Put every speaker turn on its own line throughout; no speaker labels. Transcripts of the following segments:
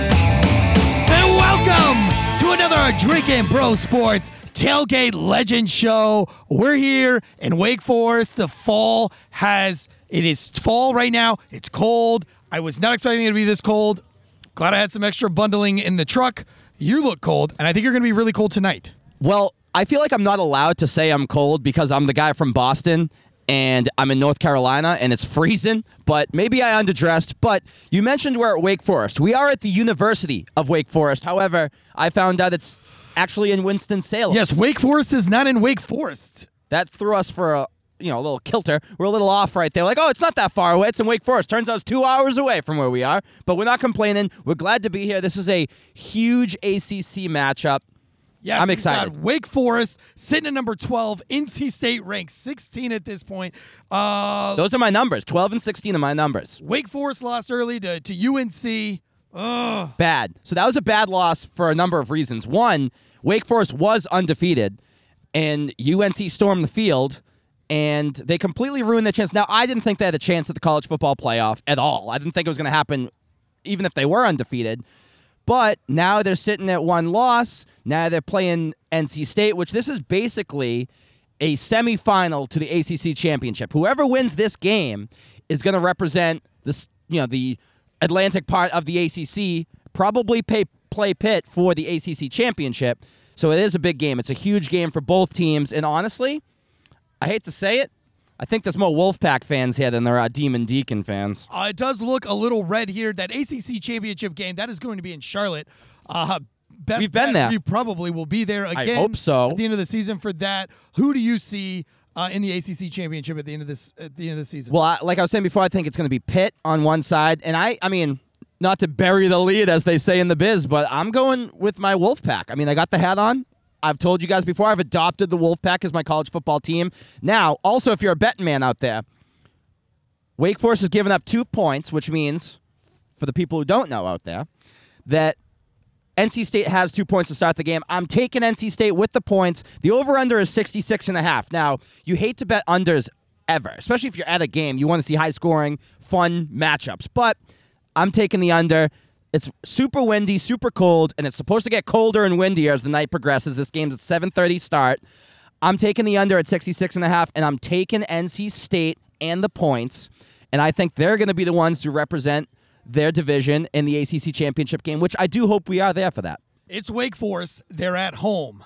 And welcome to another Drinking Bro Sports Tailgate Legend Show. We're here in Wake Forest. The fall has it is fall right now. It's cold. I was not expecting it to be this cold. Glad I had some extra bundling in the truck. You look cold, and I think you're going to be really cold tonight.
Well, I feel like I'm not allowed to say I'm cold because I'm the guy from Boston and I'm in North Carolina and it's freezing, but maybe I underdressed. But you mentioned we're at Wake Forest. We are at the University of Wake Forest. However, I found out it's actually in Winston-Salem.
Yes, Wake Forest is not in Wake Forest.
That threw us for a you know, a little kilter. We're a little off right there. Like, oh, it's not that far away. It's in Wake Forest. Turns out it's two hours away from where we are, but we're not complaining. We're glad to be here. This is a huge ACC matchup.
Yes,
I'm
we've
excited.
got Wake Forest sitting at number 12, NC State ranked 16 at this point. Uh,
Those are my numbers. 12 and 16 are my numbers.
Wake Forest lost early to, to UNC. Ugh.
Bad. So that was a bad loss for a number of reasons. One, Wake Forest was undefeated, and UNC stormed the field, and they completely ruined their chance. Now, I didn't think they had a chance at the college football playoff at all. I didn't think it was going to happen, even if they were undefeated. But now they're sitting at one loss. Now they're playing NC State, which this is basically a semifinal to the ACC championship. Whoever wins this game is going to represent this, you know, the Atlantic part of the ACC. Probably pay, play Pitt for the ACC championship. So it is a big game. It's a huge game for both teams. And honestly, I hate to say it, I think there's more Wolfpack fans here than there are Demon Deacon fans.
Uh, it does look a little red here. That ACC championship game, that is going to be in Charlotte. Uh, best
We've been
bet
there.
We probably will be there again.
hope so.
At the end of the season for that. Who do you see uh, in the ACC championship at the end of this at the end of the season?
Well, I, like I was saying before, I think it's going to be Pitt on one side, and I, I mean, not to bury the lead as they say in the biz, but I'm going with my Wolfpack. I mean, I got the hat on. I've told you guys before, I've adopted the Wolfpack as my college football team. Now, also, if you're a betting man out there, Wake Forest has given up two points, which means, for the people who don't know out there, that NC State has two points to start the game. I'm taking NC State with the points. The over-under is 66 and a half. Now, you hate to bet unders ever, especially if you're at a game. You want to see high-scoring, fun matchups. But I'm taking the under. It's super windy, super cold, and it's supposed to get colder and windier as the night progresses. This game's at 7:30 start. I'm taking the under at 66 and a half, and I'm taking NC State and the points. And I think they're going to be the ones to represent their division in the ACC championship game, which I do hope we are there for that.
It's Wake Forest. They're at home.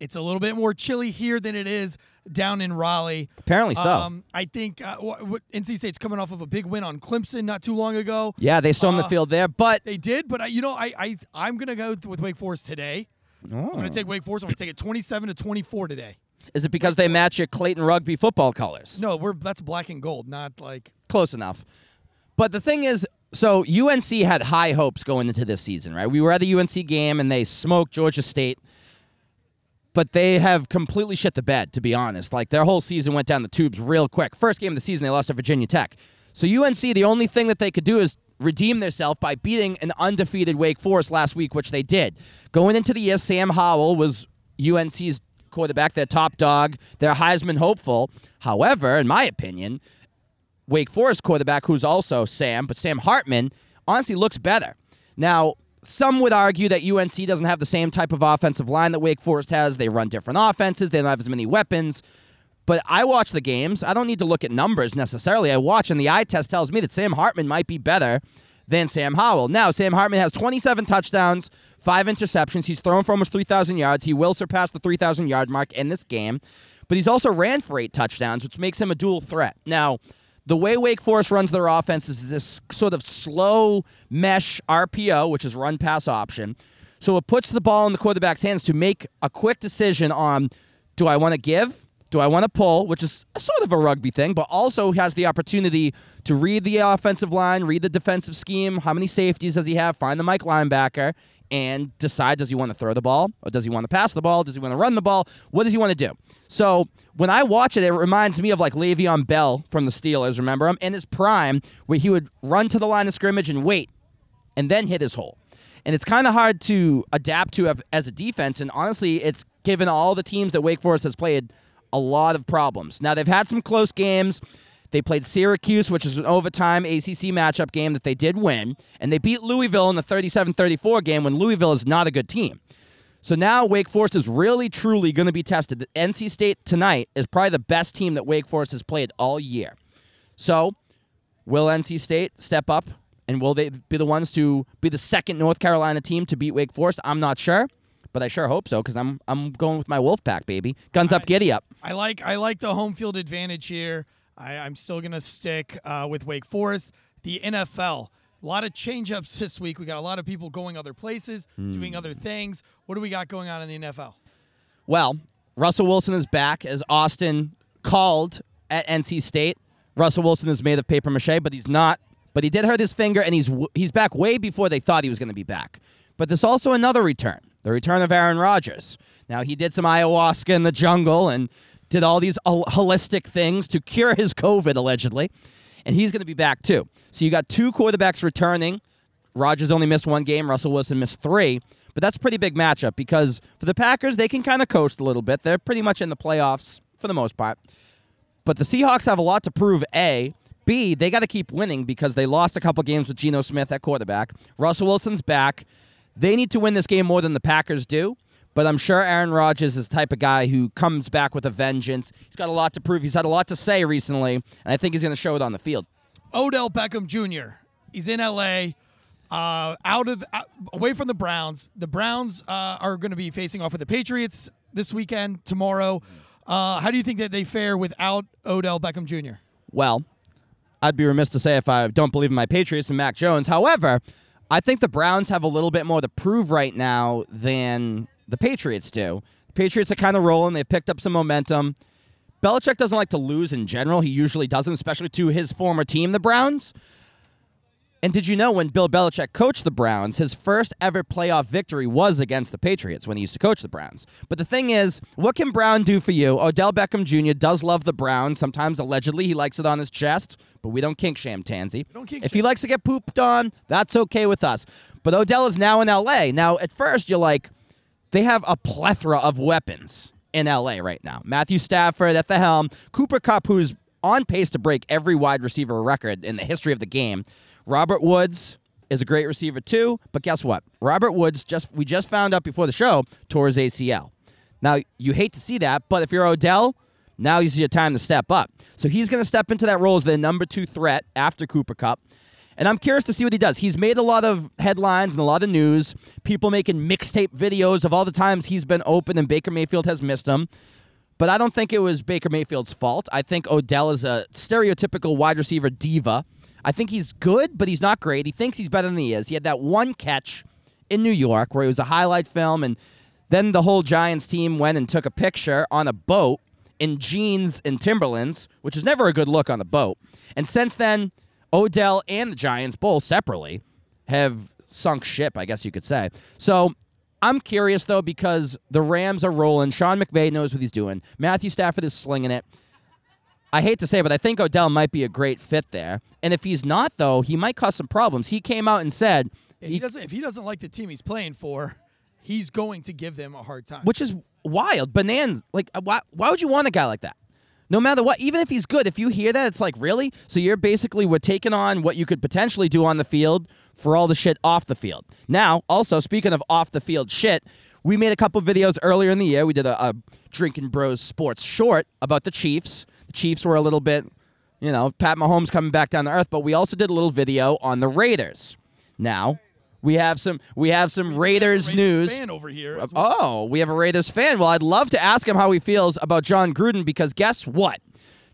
It's a little bit more chilly here than it is down in Raleigh.
Apparently so.
I think uh, wh- wh- NC State's coming off of a big win on Clemson not too long ago.
yeah, they stormed the field there, but
They did, but I, you know, I, I I'm gonna go with Wake Forest today. I'm gonna take Wake Forest. I'm gonna take it 27 to 24 today.
is it because they match your Clayton rugby football colors?
No, we're that's black and gold, not like
Close enough. But the thing is, so UNC had high hopes going into this season, right? We were at the UNC game and they smoked Georgia State. but they have completely shit the bed, to be honest. Like their whole season went down the tubes real quick. First game of the season, they lost to Virginia Tech. So UNC, the only thing that they could do is redeem themselves by beating an undefeated Wake Forest last week, which they did. Going into the year, Sam Howell was UNC's quarterback, their top dog, their Heisman hopeful. However, in my opinion, Wake Forest quarterback, who's also Sam, but Sam Hartman, honestly looks better. Now, some would argue that UNC doesn't have the same type of offensive line that Wake Forest has. They run different offenses, they don't have as many weapons. But I watch the games. I don't need to look at numbers necessarily. I watch, and the eye test tells me that Sam Hartman might be better than Sam Howell. Now, Sam Hartman has 27 touchdowns, five interceptions. He's thrown for almost 3,000 yards. He will surpass the 3,000 yard mark in this game. But he's also ran for eight touchdowns, which makes him a dual threat. Now, the way Wake Forest runs their offense is this sort of slow mesh RPO, which is run pass option. So it puts the ball in the quarterback's hands to make a quick decision on do I want to give? Do I want to pull? Which is sort of a rugby thing, but also has the opportunity to read the offensive line, read the defensive scheme. How many safeties does he have? Find the Mike linebacker and decide does he want to throw the ball or does he want to pass the ball? Does he want to run the ball? What does he want to do? So when I watch it, it reminds me of like Le'Veon Bell from the Steelers, remember him? In his prime, where he would run to the line of scrimmage and wait and then hit his hole. and it's kind of hard to adapt to av- as a defense. And honestly, it's given all the teams that Wake Forest has played a lot of problems. Now they've had some close games. They played Syracuse, which is an overtime ACC matchup game that they did win, and they beat Louisville in the 37-34 game when Louisville is not a good team. So now Wake Forest is really truly going to be tested. The NC State tonight is probably the best team that Wake Forest has played all year. So, will NC State step up and will they be the ones to be the second North Carolina team to beat Wake Forest? I'm not sure, but I sure hope so cuz I'm I'm going with my Wolfpack baby. Guns up, giddy up.
I like I like the home field advantage here. I, I'm still gonna stick uh, with Wake Forest. The NFL. A lot of change-ups this week. We got a lot of people going other places, doing other things. What do we got going on in the NFL?
Well, Russell Wilson is back as Austin called at NC State. Russell Wilson is made of paper mache, but he's not. But he did hurt his finger, and he's w- he's back way before they thought he was going to be back. But there's also another return, the return of Aaron Rodgers. Now he did some ayahuasca in the jungle and did all these hol- holistic things to cure his COVID allegedly, and he's going to be back too. So you got two quarterbacks returning. Rodgers only missed one game. Russell Wilson missed three. But that's a pretty big matchup because for the Packers, they can kind of coast a little bit. They're pretty much in the playoffs for the most part. But the Seahawks have a lot to prove, A. B, they got to keep winning because they lost a couple games with Geno Smith at quarterback. Russell Wilson's back. They need to win this game more than the Packers do. But I'm sure Aaron Rodgers is the type of guy who comes back with a vengeance. He's got a lot to prove. He's had a lot to say recently, and I think he's going to show it on the field.
Odell Beckham Jr. He's in LA, uh, out of out, away from the Browns. The Browns uh, are going to be facing off with the Patriots this weekend tomorrow. Uh, how do you think that they fare without Odell Beckham Jr.?
Well, I'd be remiss to say if I don't believe in my Patriots and Mac Jones. However, I think the Browns have a little bit more to prove right now than the Patriots do. The Patriots are kind of rolling. They've picked up some momentum. Belichick doesn't like to lose in general. He usually doesn't, especially to his former team, the Browns. And did you know when Bill Belichick coached the Browns, his first ever playoff victory was against the Patriots when he used to coach the Browns? But the thing is, what can Brown do for you? Odell Beckham Jr. does love the Browns. Sometimes, allegedly, he likes it on his chest, but we don't kink sham Tansy.
don't kink
if he likes to get pooped on, that's okay with us. But Odell is now in LA. Now, at first, you're like, they have a plethora of weapons in LA right now. Matthew Stafford at the helm, Cooper Cup, who's on pace to break every wide receiver record in the history of the game. Robert Woods is a great receiver too, but guess what? Robert Woods just we just found out before the show tore his ACL. Now you hate to see that, but if you're Odell, now is your time to step up. So he's going to step into that role as the number two threat after Cooper Cup. And I'm curious to see what he does. He's made a lot of headlines and a lot of news. People making mixtape videos of all the times he's been open and Baker Mayfield has missed him. But I don't think it was Baker Mayfield's fault. I think Odell is a stereotypical wide receiver diva. I think he's good, but he's not great. He thinks he's better than he is. He had that one catch in New York where it was a highlight film, and then the whole Giants team went and took a picture on a boat in jeans and Timberlands, which is never a good look on a boat. And since then, Odell and the Giants, both separately, have sunk ship, I guess you could say. So I'm curious though because the Rams are rolling. Sean McVay knows what he's doing. Matthew Stafford is slinging it. I hate to say, it, but I think Odell might be a great fit there. And if he's not, though, he might cause some problems. He came out and said,
If he doesn't, if he doesn't like the team he's playing for, he's going to give them a hard time.
which is wild. Bananas. Like, uh, why, why would you want a guy like that? No matter what, even if he's good, if you hear that, it's like, really? So you're basically, we're taking on what you could potentially do on the field for all the shit off the field. Now, also, speaking of off the field shit, we made a couple videos earlier in the year. We did a, a Drinking Bros Sports short about the Chiefs. The Chiefs were a little bit, you know, Pat Mahomes coming back down to earth, but we also did a little video on the Raiders. Now, we have some we have some Raiders
Raiders
news.
fan over here. as well.
Oh, we have a Raiders fan. Well, I'd love to ask him how he feels about John Gruden because guess what?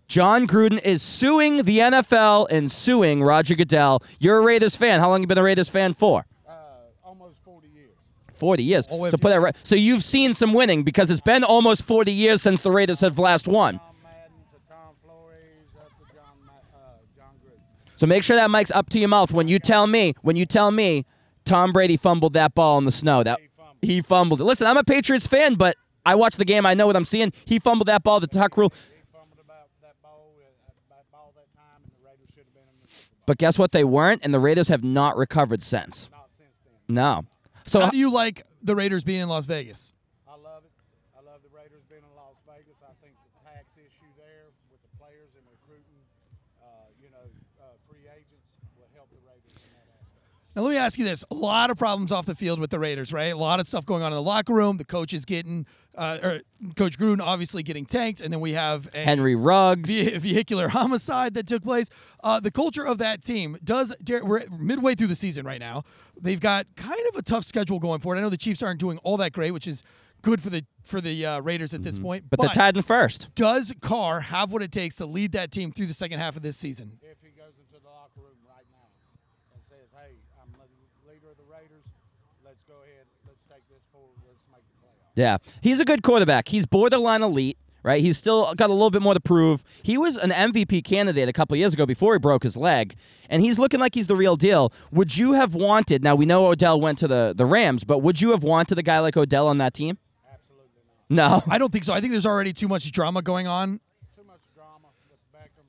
John Gruden is suing the NFL and suing Roger Goodell. You're a Raiders fan. How long you been a Raiders fan for?
Uh, almost 40 years.
40 years.
All the way up
So
to-
put that right. So you've seen some winning because it's been almost 40 years since the Raiders have last won.
Tom Madden to Tom Flores up to John, Ma- uh, John Gruden.
So make sure that mic's up to your mouth when you tell me, when you tell me Tom Brady fumbled that ball in the snow. That he fumbled it. Listen, I'm a Patriots fan, but I watch the game. I know what I'm seeing. He fumbled that ball, the tuck rule.
He fumbled about that ball, uh, that ball that time, and the Raiders should have been in the Super Bowl.
But guess what? They weren't, and the Raiders have not recovered since.
Not since then.
No. So
How do you like the Raiders being in Las Vegas?
I love it. I love the Raiders being in Las Vegas. I think the tax issue there with the players and recruiting, uh, you know, uh, free agents will help the Raiders in that aspect.
Now let me ask you this: a lot of problems off the field with the Raiders, right? A lot of stuff going on in the locker room. The coach is getting, uh, or Coach Gruden obviously getting tanked, and then we have a
Henry Ruggs.
ve- vehicular homicide that took place. Uh, the culture of that team does. Dar- We're midway through the season right now. They've got kind of a tough schedule going forward. I know the Chiefs aren't doing all that great, which is good for the for the uh, Raiders at this point.
But they're tied in first.
does Carr have what it takes to lead that team through the second half of this season?
If he goes into the locker room right now and says, "Hey, I'm the leader of the Raiders. Let's go ahead. Let's take this forward. Let's make the playoffs."
Yeah, he's a good quarterback. He's borderline elite, right? He's still got a little bit more to prove. He was an MVP candidate a couple years ago before he broke his leg, and he's looking like he's the real deal. Would you have wanted? Now we know Odell went to the the Rams, but would you have wanted a guy like Odell on that team?
Absolutely not.
No.
I don't think so. I think there's already too much drama going on.
Too much drama with Beckham.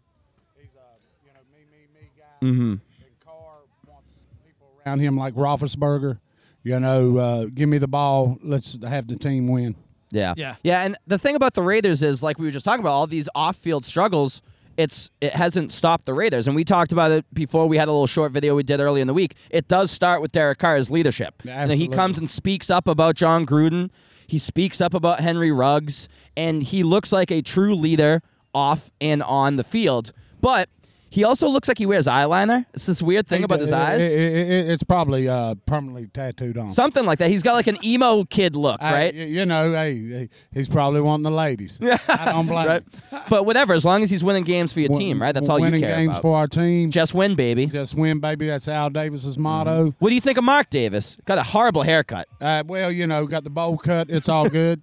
He's a you know me me me guy. Mm-hmm. And Carr wants people around him like Roethlisberger. You know, uh, give me the ball. Let's have the team win.
Yeah.
Yeah.
Yeah, and the thing about the Raiders is like we were just talking about all these off-field struggles, it's it hasn't stopped the Raiders. And we talked about it before we had a little short video we did early in the week. It does start with Derek Carr's leadership.
Yeah,
You know, he
absolutely.
comes and speaks up about John Gruden. He speaks up about Henry Ruggs and he looks like a true leader off and on the field. But he also looks like he wears eyeliner. It's this weird thing about his
It-
eyes.
it- it- it- it's probably uh, permanently tattooed on.
Something like that. He's got like an emo kid look,
I-
right?
y- you know, hey, hey, he's probably wanting the ladies. I don't blame
right?
him.
But whatever, as long as he's winning games for your
Win-
team, right? That's all you
winning
care
games
about.
for our team. Just,
Just win, baby.
win, baby. That's Al
Mm-hmm.
Davis's motto.
What do you think of Mark Davis? Got a horrible haircut.
Uh, well, you know, got the bowl cut. It's all good.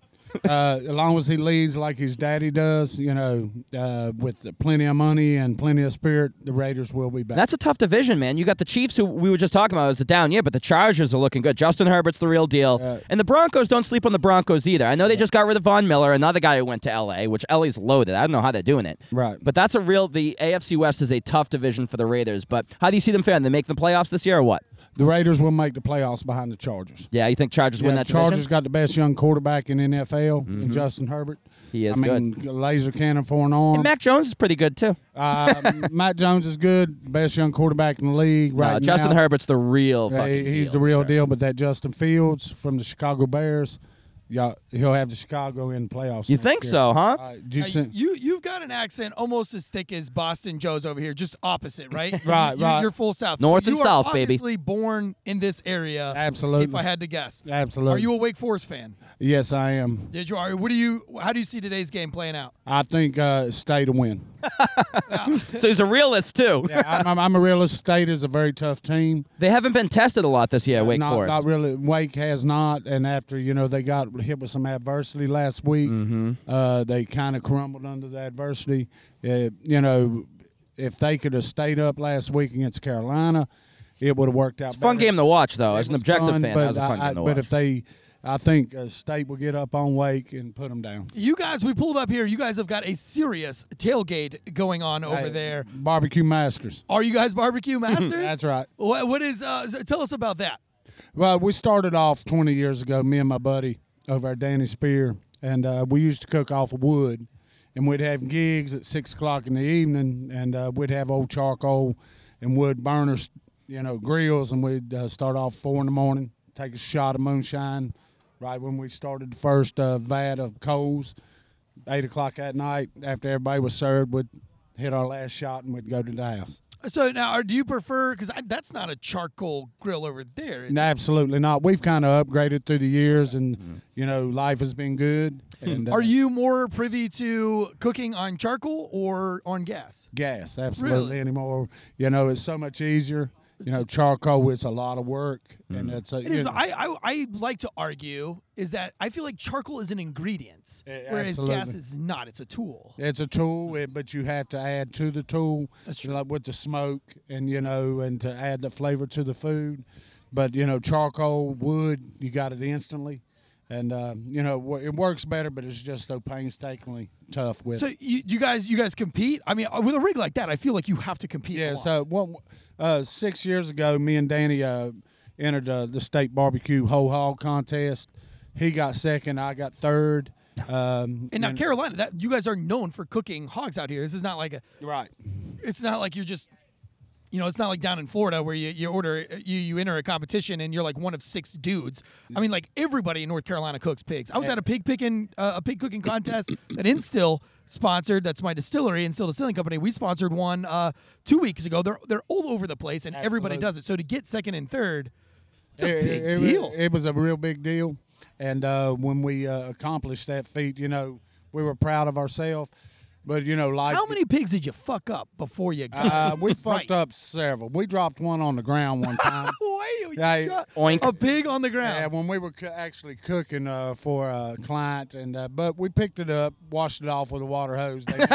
uh, as long as he leads like his daddy does, you know, uh, with plenty of money and plenty of spirit, the Raiders will be back.
That's a tough division, man. You got the Chiefs, who we were just talking about, as a down year, but the Chargers are looking good. Justin Herbert's the real deal, and the Broncos don't sleep on the Broncos either. I know they just got rid of Von Miller, another guy who went to L.A., which L.A.'s loaded. I don't know how they're doing it.
Right.
But that's a real. The AFC West is a tough division for the Raiders. But how do you see them faring? They make the playoffs this year or what?
the Raiders will make the playoffs behind the Chargers.
Yeah, you think Chargers win
Yeah,
that
Chargers
division? Mm-hmm.
got the best young quarterback in NFL, in Justin Herbert.
He is
I mean, laser cannon for an arm.
And Mac Jones is pretty good too.
uh, Matt Jones is good, best young quarterback in the league right
No, Uh, Justin
now.
Herbert's the real
Yeah,
fucking
he- he's
deal,
the real
sure.
deal. But that Justin Fields from the Chicago Bears, yeah, he'll have the Chicago in the playoffs.
You
next
think
year.
so, huh?
Uh, do you
Uh,
sen-
you you've got an accent almost as thick as Boston Joe's over here, just opposite, right?
Right,
you're,
right.
You're full south,
North
so
and
you are
south, baby.
Obviously born in this area.
Absolutely.
If I had to guess,
Absolutely.
Are you a Wake Forest fan?
yes, I am.
Did you? Are, what do you? How do you see today's game playing out?
I think uh, state to win.
so he's a realist too.
Yeah, I'm, I'm, I'm a realist. State is a very tough team.
They haven't been tested a lot this year, Wake
not,
Forest.
not really. Wake has not, and after you know they got hit with some adversity last week,
Mm-hmm.
uh, they kind of crumbled under the adversity. Uh, you know, if they could have stayed up last week against Carolina, it would have worked out.
Fun
better.
game to watch though. As
It
an
was
objective
fun,
fan,
but
that was a fun
I- I-
game to
But
watch.
if they, I think uh, State will get up on Wake and put them down
You guys, we pulled up here. You guys have got a serious tailgate going on over there.
Barbecue maskers.
Are you guys barbecue masters?
That's right.
What, what is? Uh, s- tell us about that.
Well, we started off 20 years ago, me and my buddy over at Danny Spear, and uh, we used to cook off of wood. And we'd have gigs at 6 o'clock in the evening, and uh, we'd have old charcoal and wood burners, you know, grills, and we'd uh, start off 4 in the morning, take a shot of moonshine right when we started the first uh, vat of coals. 8 o'clock at night, after everybody was served, we'd hit our last shot and we'd go to the house.
So now, are, do you prefer? Because that's not a charcoal grill over there. is
No, absolutely not. We've kind of upgraded through the years, and you know, life has been good. And uh,
Mm-hmm. Are you more privy to cooking on charcoal or on gas?
gas? Absolutely
Really?
anymore. You know, it's so much easier. You know, charcoal. It's a lot of work, and it's a.
Mm-hmm. It is,
you know,
I, I I like to argue is that I feel like charcoal is an ingredient,
Eh,
whereas gas
absolutely.
is not. It's a tool.
it's a tool, it, but you have to add to the tool, like with the smoke, and you know, and to add the flavor to the food. But you know, charcoal, wood, you got it instantly, and uh, you know, wo- it works better, but it's just so painstakingly tough with.
So you, you guys you guys compete? I mean, with a rig like that, I feel like you have to compete. a
Yeah,
lot.
so one, uh, six years ago, me and Danny, uh, entered uh, the state barbecue whole hog contest. He got second. I got third. Um,
And now Carolina, that you guys are known for cooking hogs out here. This is not like a
right.
it's not like you're just you know, it's not like down in Florida where you, you order you you enter a competition and you're like one of six dudes. I mean, like everybody in North Carolina cooks pigs. I was at a pig picking uh, a pig cooking contest that Instill sponsored. That's my distillery, Instill Distilling Company. We sponsored one uh, two weeks ago. They're they're all over the place and everybody
Absolutely.
does it. So to get second and third, it's a
Uh, it,
big
it- it-
deal.
it was a real big deal, and uh, when we uh, accomplished that feat, you know, we were proud of ourselves. But you know, like
How many pigs did you fuck up before you got?
Uh, we
Right.
fucked up several. We dropped one on the ground one time.
Boy, you
Yeah,
shot
oink.
a pig on the ground.
Yeah, when we were cu- actually cooking uh, for a client, and uh, but we picked it up, washed it off with a water hose. They,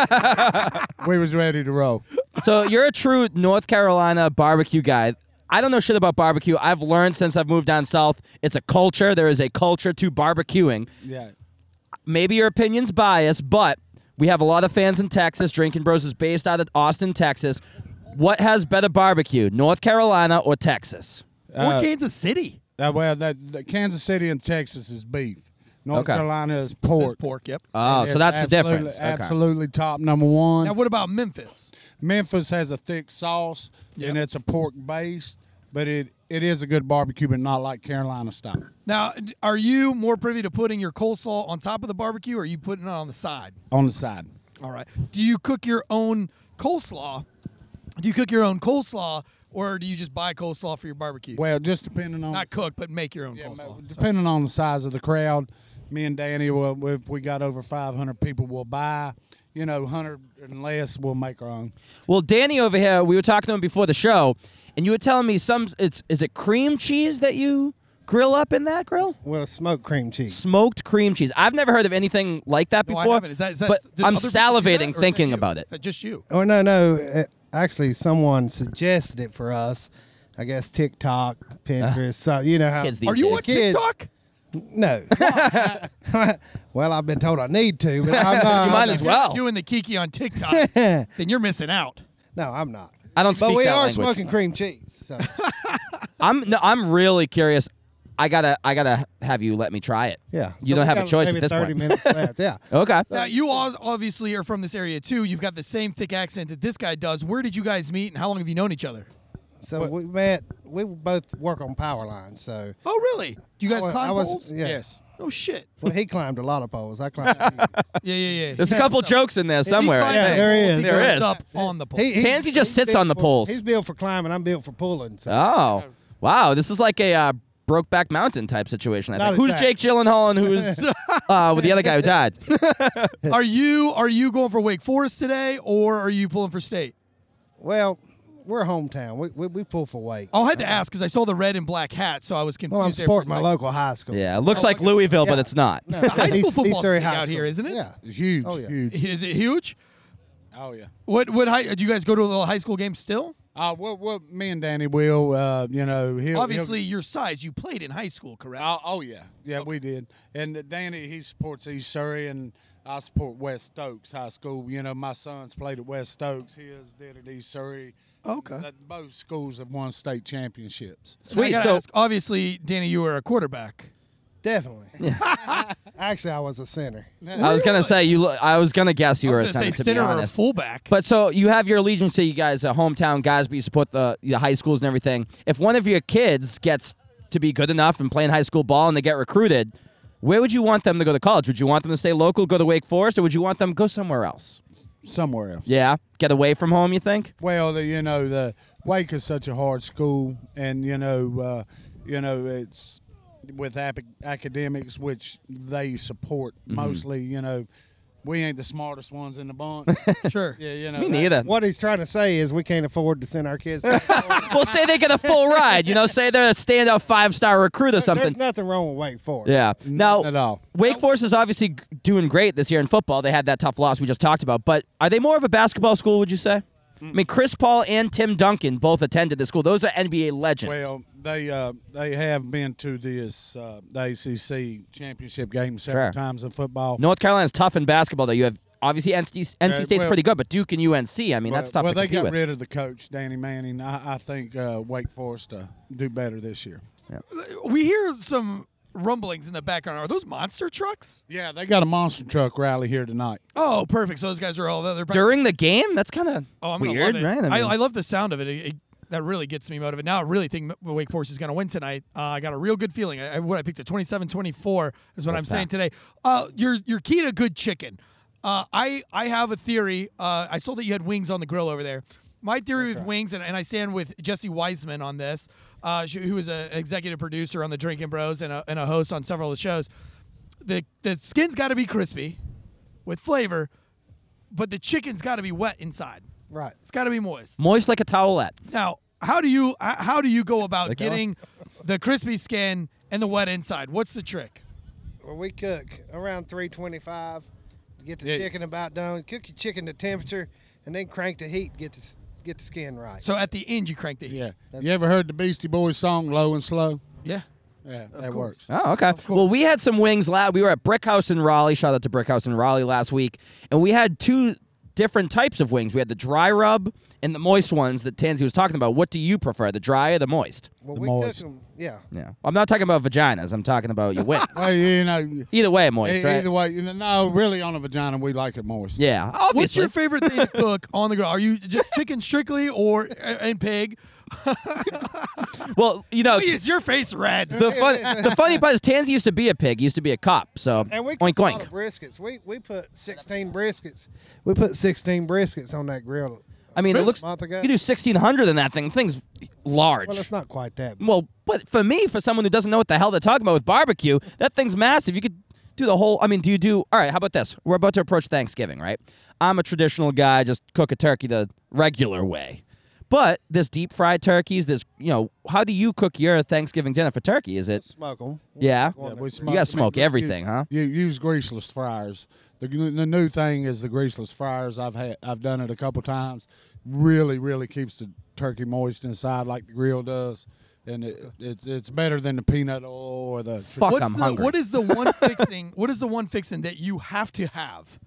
we was ready to roll.
So you're a true North Carolina barbecue guy. I don't know shit about barbecue. I've learned since I've moved down south. It's a culture. There is a culture to barbecuing.
Yeah,
Maybe your opinion's biased, but we have a lot of fans in Texas. Drinking Bros is based out of Austin, Texas. What has better barbecue, North Carolina or Texas?
or
uh,
Kansas City.
that well, that, that Kansas City and Texas is beef. North
Okay.
Carolina is
That's
pork.
pork. Yep.
Oh,
It's
so that's the
absolutely-
difference. Okay.
Absolutely top number one.
now, what about Memphis?
Memphis has a thick sauce, and
Yeah.
it's a pork base, but it, it is a good barbecue, but not like Carolina style.
Now, d- are you more privy to putting your coleslaw on top of the barbecue, or are you putting it on the side?
On the side,
All right. Do you cook your own coleslaw? Do you cook your own coleslaw, or do you just buy coleslaw for your barbecue?
well, just depending on
Not cook, but make your own
Yeah,
coleslaw.
ma- Depending on the size of the crowd, me and Danny, well, if we got over 500 people, we'll buy. You know, 100 and less, we'll make our own.
Well, Danny over here, we were talking to him before the show, and you were telling me some. It's is it cream cheese that you grill up in that grill?
Well, smoked cream cheese.
Smoked cream cheese. I've never heard of anything like that
No,
before.
I haven't. Is that, is that,
but
do other
I'm
people do that, or
salivating
is that
thinking
you?
about it.
Is that just you?
Oh no, no. uh, Actually, someone suggested it for us. I guess TikTok, Pinterest. so you know how
Uh-huh. Kids these
Are you on
days.
Kids.
TikTok?
No. well, I've been told I need to, but I'm not.
You might as
If you're not
well.
doing the kiki on TikTok, then you're missing out.
No, I'm not.
I don't
But
speak
we
that
are
language.
smoking cream cheese. So.
I'm no, I'm really curious. I gotta I gotta have you let me try it.
Yeah.
You
So
don't
we
have a
got
choice
maybe
at this
30
point. Oh.
minutes left. Yeah.
Okay.
Now you all obviously are from this area too. You've got the same thick accent that this guy does. Where did you guys meet, and how long have you known each other?
So we met. We both work on power lines. So
Oh, really? Do you guys
I, wa-
climb
I was.
poles?
Yeah.
Yes.
Oh shit!
Well, he climbed a lot of poles. I climbed. a few.
Yeah, yeah, yeah.
There's a couple jokes in there somewhere. I
He climbs
Yeah,
the
think.
poles,
there is.
He
There
goes
is.
Up on the pole.
He- he-
Tansy just
he's
sits
built
on the
for-
poles.
He's built for climbing. I'm built for pulling. So.
Oh. Wow, this is like a uh, Brokeback Mountain type situation. I
Not
think. Who's
exactly.
Jake Gyllenhaal and who's uh, with the other guy who died?
Are you are you going for Wake Forest today, or are you pulling for State?
Well, we're hometown. We, we, we pull for weight.
I had to ask because I saw the red and black hat, so I was confused.
Uh-huh. well, I'm
Oh, there for a
supporting my
second.
local high school.
yeah, it looks like Louisville, but it's not.
The high school
East-
football
East Surrey High
out
School.
here, isn't it?
Yeah.
Huge,
Oh, yeah.
huge.
Is it huge?
Oh, yeah.
What what high? Do you guys go to a little high school game still?
Uh, what, what me and Danny will, uh, you know, he'll.
Obviously, your size, you played in high school, correct?
he'll- oh, oh, yeah. Yeah, we did. And Danny, he supports East Surrey, and I support West Stokes High School. You know, my son's played at West Stokes. His did at East Surrey.
Oh,
Okay.
That- Both schools have won state championships.
And I
Sweet.
gotta
So
ask, obviously, Danny, you were a quarterback.
Definitely. Actually, I was a center.
I was gonna say you. lo- I was gonna guess you
I
were
was
a
gonna
center.
say
to be
center or a
honest.
fullback.
But so you have your allegiance to you guys, uh, hometown guys, but you support the, the high schools and everything. If one of your kids gets to be good enough and playing high school ball and they get recruited, where would you want them to go to college? Would you want them to stay local, go to Wake Forest, or would you want them to go somewhere else?
Somewhere else.
Yeah, get away from home. You think?
Well, the, you know, the Wake is such a hard school, and you know, uh, you know, it's with ap- academics, which they support
Mm-hmm.
mostly. You know, we ain't the smartest ones in the bunch.
sure.
yeah, you know,
Me
that-
neither.
What he's trying to say is we can't afford to send our kids. To
Well, say they get a full ride. You know, say they're a standout five star recruit or something.
There's nothing wrong with Wake Forest.
Yeah. Now,
at all.
Wake Forest is obviously g- doing great this year in football. They had that tough loss we just talked about, but are they more of a basketball school? Would you say? I mean, Chris Paul and Tim Duncan both attended the school. Those are NBA legends.
Well, they uh, they have been to this uh, the ACC championship game several
Sure.
times in football.
North Carolina's tough in basketball, though. You have obviously NC, NC
Right,
State's
well-
pretty good, but Duke and UNC, I mean, that's tough
well,
to
they
compete
got
with.
rid of the coach, Danny Manning. I, I think uh, Wake Forest uh, do better this year.
We hear some rumblings in the background. Are those monster trucks?
Yeah, they got a monster truck rally here tonight.
Oh, perfect. So those guys are all they're
During the game, that's kind of
Oh, I'm
weird,
gonna love
right?
it. I,
mean,
I, love the sound of it. It- it- That really gets me motivated. Now I really think M- Wake Forest is going to win tonight. Uh, I got a real good feeling. I, I- what I picked a 27-24 is what I'm saying today. Uh, your your key to good chicken. Uh, I I have a theory. Uh, I saw that you had wings on the grill over there. My theory with wings, and, and I stand with Jesse Wiseman on this, uh, she- who is a- an executive producer on the Drinking Bros and a, and a host on several of the shows. The the skin's got to be crispy, with flavor, but the chicken's got to be wet inside.
Right.
It's got to be moist.
moist like a towelette.
Now, how do you h- how do you go about
Like that
getting the crispy skin and the wet inside? What's the trick?
Well, we cook around 325 to get the
Yeah.
chicken about done. Cook your chicken to temperature, and then crank the heat. Get the s- get the skin right.
So at the end, you crank the heat.
Yeah. you ever heard the Beastie Boys song "Low and Slow"?
Yeah.
Yeah, that works.
Oh, okay. Well, we had some wings. La- we were at Brick House in Raleigh. Shout out to Brick House in Raleigh last week, and we had two different types of wings. We had the dry rub and the moist ones that Tansy was talking about. What do you prefer, the dry or the moist?
well,
the
we
moist.
cook them. Yeah.
Yeah, I'm not talking about vaginas. I'm talking about your wings.
Well, you know,
Either way,
e-
moist, right?
either way, you know, no, really on a vagina, we like it moist.
Yeah,
What's
obviously.
your favorite thing to cook on the grill? Are you just chicken strictly or and pig?
well, you know,
Is your face red?
the fun, the funny part is Tansy used to be a pig. He used to be a cop. So
And we
oink
cook a lot
oink.
of briskets. We we put 16 briskets. We put 16 briskets on that grill.
I mean, it looks
month ago.
you do 1600 in that thing. Thing's large.
Well, it's not quite that. big.
Well, but for me, for someone who doesn't know what the hell they're talking about with barbecue, that thing's massive. You could do the whole. I mean, do you do? All right, how about this? We're about to approach Thanksgiving, right? I'm a traditional guy, just cook a turkey the regular way. But there's deep fried turkeys. There's you know, how do you cook your Thanksgiving dinner for turkey? Is it?
Smoke 'em.
Yeah.
Yeah, we
You gotta
I mean,
smoke everything,
you,
huh?
You use greaseless fryers. The, the new thing is the greaseless fryers. I've had, I've done it a couple times. Really, really keeps the turkey moist inside, like the grill does, and it, it's it's better than the peanut oil or the.
Fuck,
What's
I'm
the,
hungry.
What is the one fixing? What is the one fixing that you have to have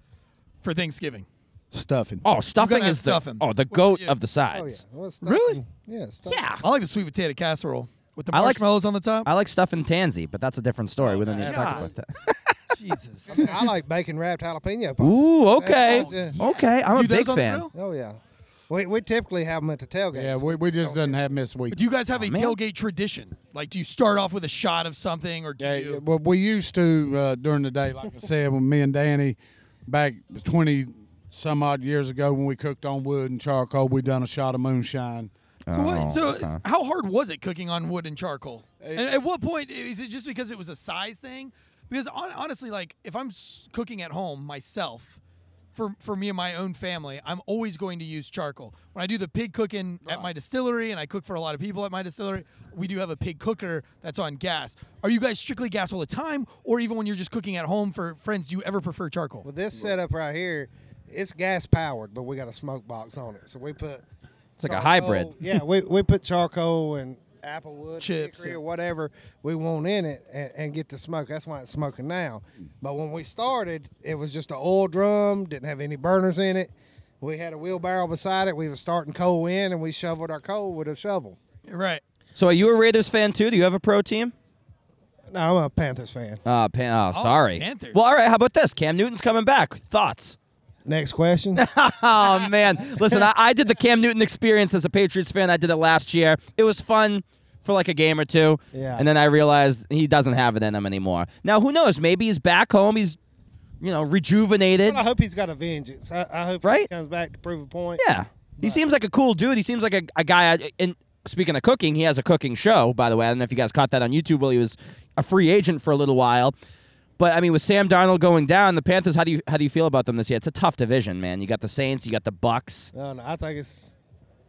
for Thanksgiving?
stuffing.
Oh, stuffing
gotta have
is the
stuffing.
oh the
Well,
goat
yeah.
of the
Oh yeah.
sides.
Well, it's
Really?
nothing. Yeah. it's nothing.
Yeah.
I like the sweet potato casserole with the
Ah. I like-
marshmallows on the top.
I like stuffing tansy, but that's a different
Oh,
story. We don't need to talk
God.
about that.
Jesus.
I like bacon wrapped jalapeno poppers.
Ooh, okay,
Oh, yeah.
okay. I'm
Do
a big
those on the
fan.
grill?
Oh yeah. We, we typically have them at the tailgate.
Yeah, we, we just doesn't have them this week.
Do you guys have a
man.
tailgate tradition? Like, do you start off with a shot of something, or do
Yeah,
you?
yeah, well, we used to uh, during the day, like I said, when me and Danny back twenty some odd years ago when we cooked on wood and charcoal, we done a shot of moonshine.
So, what, so how hard was it cooking on wood and charcoal? and at what point is it just because it was a size thing? Because hon- honestly, like if I'm s- cooking at home myself, for for me and my own family, I'm always going to use charcoal. When I do the pig cooking at my distillery, and I cook for a lot of people at my distillery, we do have a pig cooker that's on gas. Are you guys strictly gas all the time, or even when you're just cooking at home for friends, do you ever prefer charcoal?
Well, this setup right here, it's gas powered, but we got a smoke box on it. So we put. It's
like a hybrid.
Yeah, we, we put charcoal and apple wood,
Chips,
hickory,
yeah.
or whatever we want in it and, and get the smoke. That's why it's smoking now. But when we started, it was just an oil drum, didn't have any burners in it. We had a wheelbarrow beside it. We were starting coal in, and we shoveled our coal with a shovel.
Right.
So are you a Raiders fan too? Do you have a pro team?
No, I'm a Panthers fan.
Uh, pan- oh, sorry.
Panthers.
Well, all right. How about this? Cam Newton's coming back. Thoughts?
Next question.
Oh man, listen. I, I did the Cam Newton experience as a Patriots fan. I did it last year. It was fun for like a game or two.
Yeah.
And then I realized he doesn't have it in him anymore. Now who knows? Maybe he's back home. He's, you know, rejuvenated.
Well, I hope he's got a vengeance. I, I hope he
Right?
comes back to prove a point.
Yeah. He seems like a cool dude. He seems like a, a guy. I- And speaking of cooking, he has a cooking show, by the way. I don't know if you guys caught that on YouTube while he was a free agent for a little while. But I mean, with Sam Darnold going down, the Panthers. How do you how do you feel about them this year? It's a tough division, man. You got the Saints, you got the Bucks.
No, no, I think it's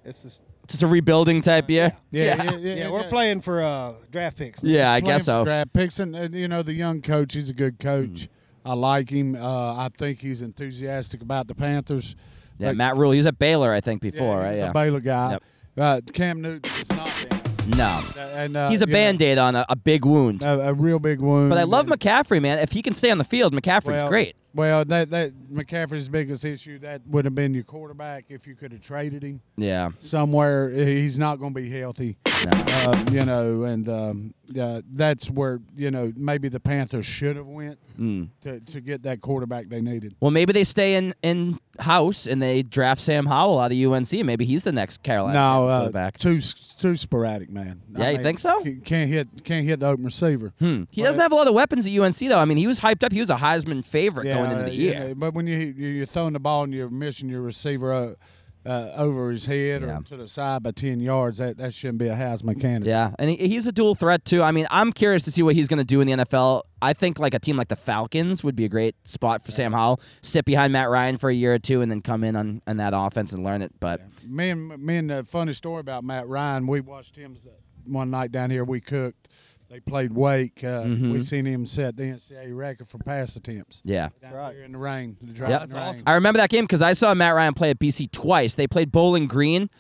it's just
It's just a rebuilding type year.
Yeah, yeah, yeah.
yeah.
yeah,
we're
yeah.
playing for uh, draft picks. now.
Yeah, I
playing
guess
for
so.
Draft picks and, and, you know the young coach. He's a good coach. I like him. Uh, I think he's enthusiastic about the Panthers.
Yeah,
Like-
Matt Rule. He was at Baylor, I think, before,
he
right?
was
Yeah.
a Baylor guy.
Yep.
Uh, Cam Newton is not. down.
no,
And, uh,
he's a
you know,
band aid on a, a big wound.
A, a real big wound.
but I love
And-
McCaffrey, man. If he can stay on the field, McCaffrey's
well,
great.
Well, that that McCaffrey's biggest issue that would have been your quarterback if you could have traded him
Yeah.
somewhere. He's not going to be healthy, uh, you know, and um, uh, that's where you know maybe the Panthers should have went
Hmm.
to to get that quarterback they needed.
Well, maybe they stay in in house and they draft Sam Howell out of UNC. Maybe he's the next Carolina
No,
Panthers
uh,
quarterback.
too s- too sporadic, man.
Yeah, you think so?
he Can't hit can't hit the open receiver. Hmm.
He doesn't have a lot of weapons at UNC though. I mean, he was hyped up. He was a Heisman favorite going into
uh,
the
you
year.
know, but when you you- you're throwing the ball and you're missing your receiver uh, uh, over his head
Yeah.
or to the side by ten yards, that, that shouldn't be a Heisman candidate.
Yeah, and he, he's a dual threat too. I mean, I'm curious to see what he's going to do in the NFL. I think like a team like the Falcons would be a great spot for Sam Howell. Sit behind Matt Ryan for a year or two, and then come in on, on that offense and learn it. But
Me and me and the funny story about Matt Ryan, we watched him s- one night down here. We cooked. They played Wake. Uh,
Mm-hmm.
We seen him set the NCAA record for pass attempts.
yeah,
Down here in the rain. The
Yep.
driving rain.
I remember that game because I saw Matt Ryan play at BC twice. They played Bowling Green,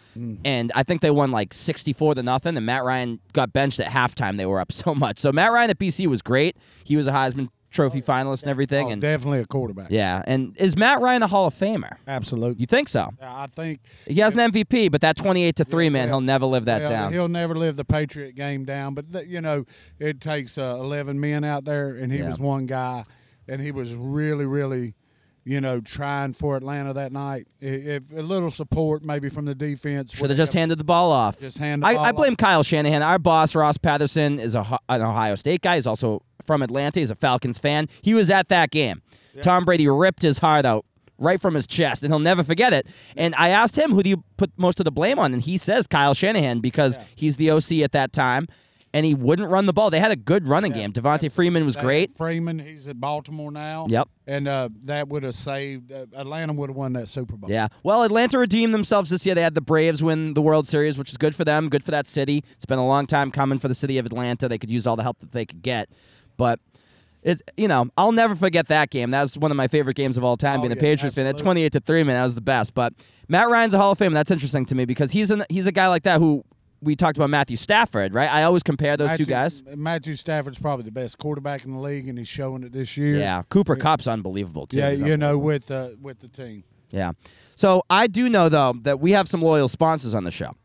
and I think they won like 64 to nothing. And Matt Ryan got benched at halftime. They were up so much. So Matt Ryan at BC was great. He was a Heisman Trophy finalist and everything.
Oh,
and
definitely a quarterback.
yeah, and is Matt Ryan a Hall of Famer?
absolutely.
You think so?
I think
He has an MVP, but that 28 to three man, he'll never live that
Well,
down.
He'll never live the Patriot game down, but th- you know it takes uh, eleven men out there, and he
Yeah.
was one guy, and he was really, really, you know, trying for Atlanta that night. I- If a little support maybe from the defense,
Should have just handed the ball off.
Just hand the
I,
ball
I blame
off.
Kyle Shanahan. Our boss, Ross Patterson, is a, Ho- an Ohio State guy. He's also from Atlanta. He's a Falcons fan. He was at that game. Tom Brady ripped his heart out right from his chest, and he'll never forget it. And I asked him, who do you put most of the blame on? And he says Kyle Shanahan because he's the OC at that time, and he wouldn't run the ball. They had a good running game. Devontae Freeman was
They had
great.
Freeman, he's at Baltimore now.
Yep.
and uh, that would have saved uh, Atlanta would have won that Super Bowl.
Yeah. Well, Atlanta redeemed themselves this year. They had the Braves win the World Series, which is good for them, good for that city. It's been a long time coming for the city of Atlanta. They could use all the help that they could get. But it, you know, I'll never forget that game. That was one of my favorite games of all time.
Oh,
being a
yeah,
Patriots fan, that
absolutely.
twenty-eight to three, man, that was the best. But Matt Ryan's a Hall of Famer. That's interesting to me because he's an, he's a guy like that who we talked about Matthew Stafford, right? I always compare those
Matthew-
two guys.
Matthew Stafford's probably the best quarterback in the league, and he's showing it this year.
Yeah, Cooper Cup's unbelievable too.
yeah,
He's
you know, with uh, with the team.
Yeah. So I do know though that we have some loyal sponsors on the show.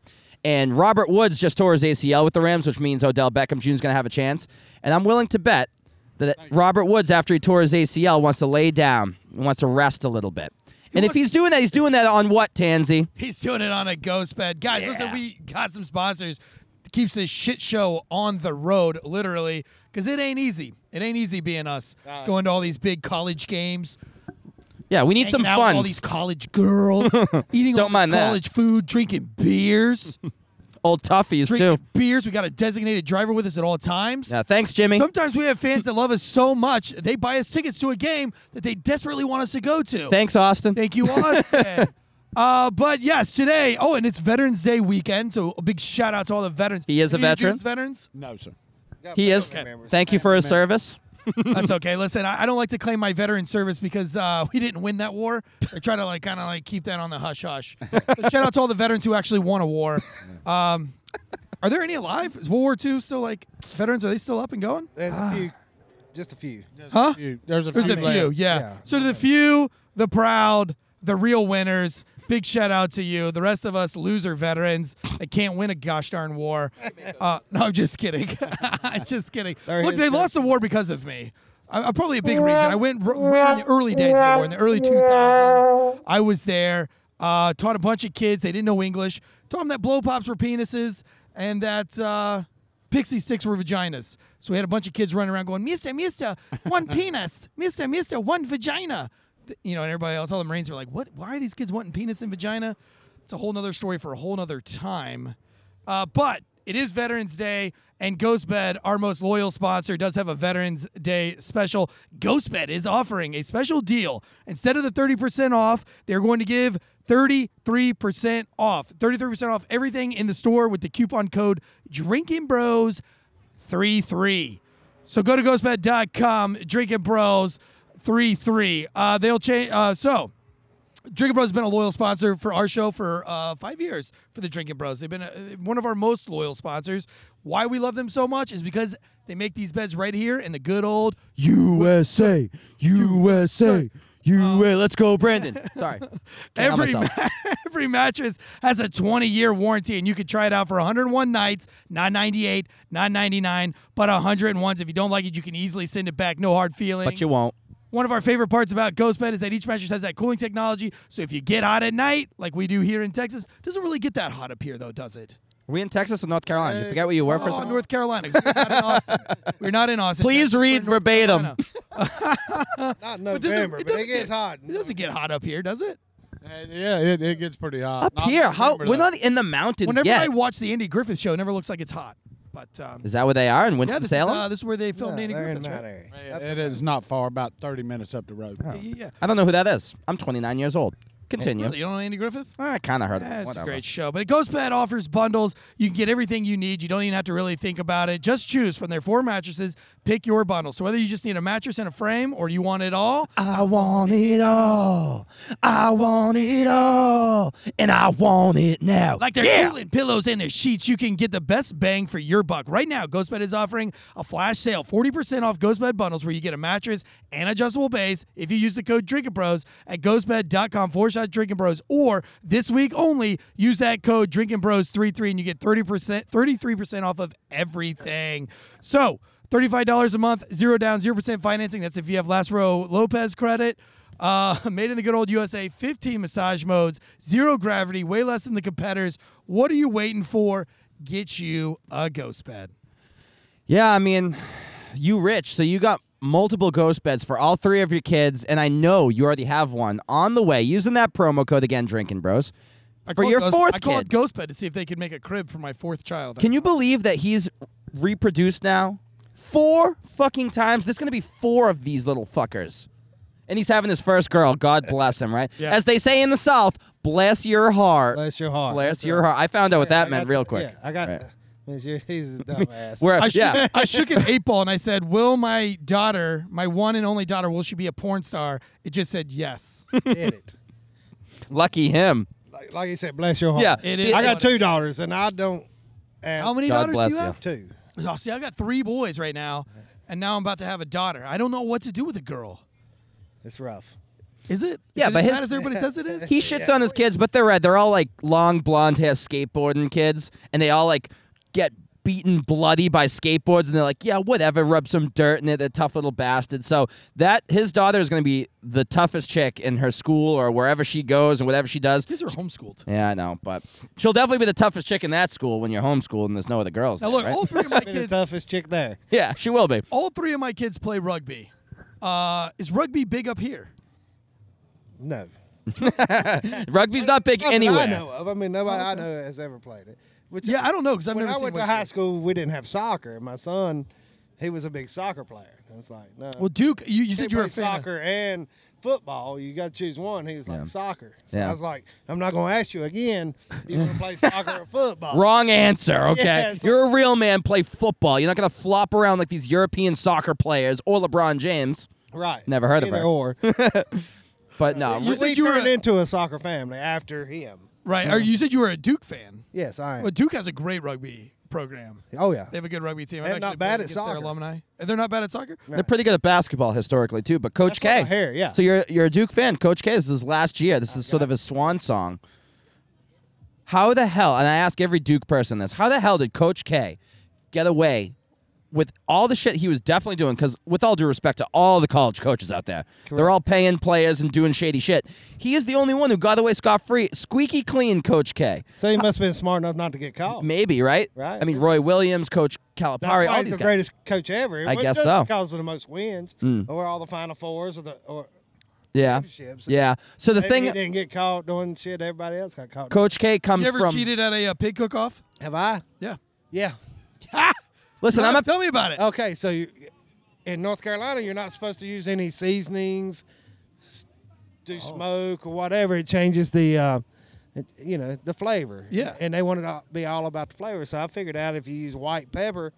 And Robert Woods just tore his ACL with the Rams, which means Odell Beckham Jr. is going to have a chance. And I'm willing to bet that Robert Woods, after he tore his ACL, wants to lay down, and wants to rest a little bit. And if
wants-
he's doing that, he's doing that on what, Tansy?
He's doing it on a ghost bed. Guys, listen, we got some sponsors. Keeps this shit show on the road, literally, because it ain't easy. It ain't easy being us. Going to all these big college games,
Yeah, we need some
hanging out with all
fun.
these college girls, eating all
Don't
this
mind that.
college food, drinking beers.
Old toughies,
drinking
too.
beers. We got a designated driver with us at all times.
Yeah, thanks, Jimmy.
Sometimes we have fans that love us so much, they buy us tickets to a game that they desperately want us to go to.
thanks, Austin.
Thank you, Austin. uh, but yes, today. Oh, and it's Veterans Day weekend, so a big shout out to all the veterans.
He is a
Any of you
veteran?
dudes Veterans.
No, sir.
Got
he is.
family members.
Thank you for his service.
That's okay. Listen, I, I don't like to claim my veteran service because uh, we didn't win that war. I try to like kind of like keep that on the hush hush. But shout out to all the veterans who actually won a war. Um, are there any alive? Is World War II still like veterans? Are they still up and going?
There's
Ah.
a few, just a few.
Huh?
You- There's a
There's a
few left.
few, yeah.
Yeah.
So to the few, the proud, the real winners, big shout out to you. The rest of us loser veterans that can't win a gosh darn war. Uh, no, I'm just kidding. I'm just kidding. Look,
is
they
that-
lost the war because of me. I, I'm probably a big reason. I went r- in the early days of the war, in the early 2000s. I was there, uh, taught a bunch of kids. They didn't know English. Taught them that blow pops were penises and that. Uh, Pixie sticks were vaginas. So we had a bunch of kids running around going, Mister, Mister, one penis. Mister, Mister, one vagina. Th- You know, and everybody else, all the Marines were like, what? Why are these kids wanting penis and vagina? It's a whole nother story for a whole nother time. Uh, but it is Veterans Day, and GhostBed, our most loyal sponsor, does have a Veterans Day special. GhostBed is offering a special deal. Instead of the 30% off, they're going to give 33% off. 33% off everything in the store with the coupon code Drinking Bros 33. So go to ghostbed.com, Drinking Bros 33. Uh, they'll change. Uh, so Drinking Bros has been a loyal sponsor for our show for uh, five years for the Drinking Bros. They've been uh one of our most loyal sponsors. Why we love them so much is because they make these beds right here in the good old USA, USA.
USA,
Oh.
let's go, Brandon. Sorry. Can't help
Every,
myself.
ma- every mattress has a 20 year warranty, and you can try it out for 101 nights, not 98, not 99, but 101s. If you don't like it, you can easily send it back. No hard feelings.
but you won't.
One of our favorite parts about GhostBed is that each mattress has that cooling technology. So if you get hot at night, like we do here in Texas, doesn't really get that hot up here though, does it?
Are we in Texas or North Carolina? You forget where you were for a
Oh,
second?
North Carolina. 'cause We're not in Austin. We're not in Austin.
Please
Texas, we're
read
in North
verbatim.
Carolina.
Not in
It doesn't-
November, but
doesn't
it gets
get-
hot.
It doesn't get hot up here, does it?
Uh, yeah, it, it gets pretty hot.
Up
Not
here, how
November,
we're
though.
not in the mountains
Whenever
yet.
I watch the Andy Griffith show, it never looks like it's hot. But um,
is that where they are in
yeah,
Winston
this is,
Salem?
uh, this is where they
No,
filmed Andy
they're in
Griffith.
that
Right?
area.
It- it is not far, about 30 minutes up the road.
Yeah, yeah.
I don't know who that is. I'm 29 years old. Continue.
Really, you don't know Andy Griffith?
I kind of heard of it.
That's a
Whatever.
great show. But GhostBed offers bundles. You can get everything you need. You don't even have to really think about it. Just choose from their four mattresses. Pick your bundle. So whether you just need a mattress and a frame, or you want it all,
I want it all. I want it all. And I want it now.
like their
yeah.
cooling pillows and their sheets, you can get the best bang for your buck. Right now, GhostBed is offering a flash sale, 40% off GhostBed bundles, where you get a mattress and adjustable base if you use the code Drinking Bros at GhostBed.com forward slash Drinking Bros. Or this week only, use that code Drinking Bros 33 and you get 30%, 33% off of everything. So $35 a month, zero down, 0% financing. That's if you have Last Row Lopez credit. Uh, made in the good old USA, 15 massage modes, zero gravity, way less than the competitors. What are you waiting for? Get you a ghost bed.
Yeah, I mean, you rich, so you got multiple ghost beds for all three of your kids, and I know you already have one on the way. Using that promo code again, drinking bros,
I
for
called
your
ghost,
fourth
I
kid.
called ghost bed to see if they could make a crib for my fourth child.
Can you believe that he's reproduced now? Four fucking times. There's gonna be four of these little fuckers. And he's having his first girl. God bless him, right?
Yeah.
As they say in the South, bless your heart.
Bless your heart.
Bless
That's
your
right.
heart. I found out what
Yeah,
that
I
meant
got
real
the-
quick.
Yeah, I got.
Right.
the- He's, he's a dumbass.
We're,
I shook,
yeah.
I shook an eight ball and I said, "Will my daughter, my one and only daughter, will she be a porn star?" It just said yes.
Get it.
Lucky him.
Like, like he said, bless your heart.
Yeah.
It is.
I got two daughters, and I don't. Ask
How many
God
daughters
bless
do you
you.
have?
Two.
Oh, see, I got three boys right now, and now I'm about to have a daughter. I don't know what to do with a girl.
It's rough.
Is it? Is
Yeah,
it
but
as
his-
bad as everybody says it is.
He shits on his kids, but they're red. They're all like long blonde hair skateboarding kids, and they all like get beaten bloody by skateboards, and they're like, yeah, whatever, rub some dirt, and they're the tough little bastards. So that his daughter is going to be the toughest chick in her school or wherever she goes and whatever she does.
Kids are homeschooled.
Yeah, I know, but she'll definitely be the toughest chick in that school when you're homeschooled and there's no other girls.
Now
there,
look, oh.
right?
all three of my
Be the
kids,
toughest chick there.
yeah, she will be.
all three of my kids play rugby. Uh, is rugby big up here?
No.
Rugby's not big
Not that I
anywhere.
know of. I mean, nobody I know has ever played it. Which
Yeah, I don't know because I've
when
never
I
seen.
went to
one
high
kid.
school, we didn't have soccer. and My son, he was a big soccer player. I was like, no.
Well, Duke, you, you
He
said you were a fan.
played
of-
soccer and football. You got to choose one. He was like soccer. So
Yeah.
I was like, I'm not going to ask you again. Do you want to play soccer or football?
Wrong answer, okay?
Yeah, it's
You're a real man, play football. You're not going to flop around like these European soccer players or LeBron James.
Right.
Never heard of
Either
her.
Or
But no,
You
you
said
we
you were
turned
a-
into a soccer family after him.
right? Or you said you were a Duke fan.
Yes, I am.
Well, Duke has a great rugby program.
oh yeah.
They have a good rugby team. I've
They're
actually
not bad
played
at
against
soccer.
Their alumni. Uh, They're not bad at soccer.
they're pretty good at basketball historically too. But Coach
That's what
K,
I hear, yeah. Oh,
So you're you're a Duke fan. Coach K this is his last year. This is sort of his swan song. How the hell? And I ask every Duke person this: How the hell did Coach K get away with all the shit he was definitely doing? Because with all due respect to all the college coaches out there, they're all paying players and doing shady shit. He is the only one who got away scot free, squeaky clean. Coach K,
So he must have been smart enough not to get caught.
maybe right?
Right.
I mean, Roy Williams, Coach Calipari,
That's why
all
he's
these
the
guys.
greatest coach ever. It
I
wasn't
guess
just
so.
Because of the most wins,
Hmm.
or all the Final Fours, or the or
yeah.
championships.
Yeah. So the
Maybe
thing.
he didn't get caught doing shit. Everybody else got caught.
Coach K comes
You ever
from.
cheated at a uh, pig cook-off?
Have I?
Yeah.
Yeah. Oh.
Listen, I'm a.
tell me about it.
Okay, so you, in North Carolina, you're not supposed to use any seasonings, s- do smoke or whatever. It changes the, uh, it- you know, the flavor.
Yeah.
And they wanted to be all about the flavor, so I figured out if you use white pepper,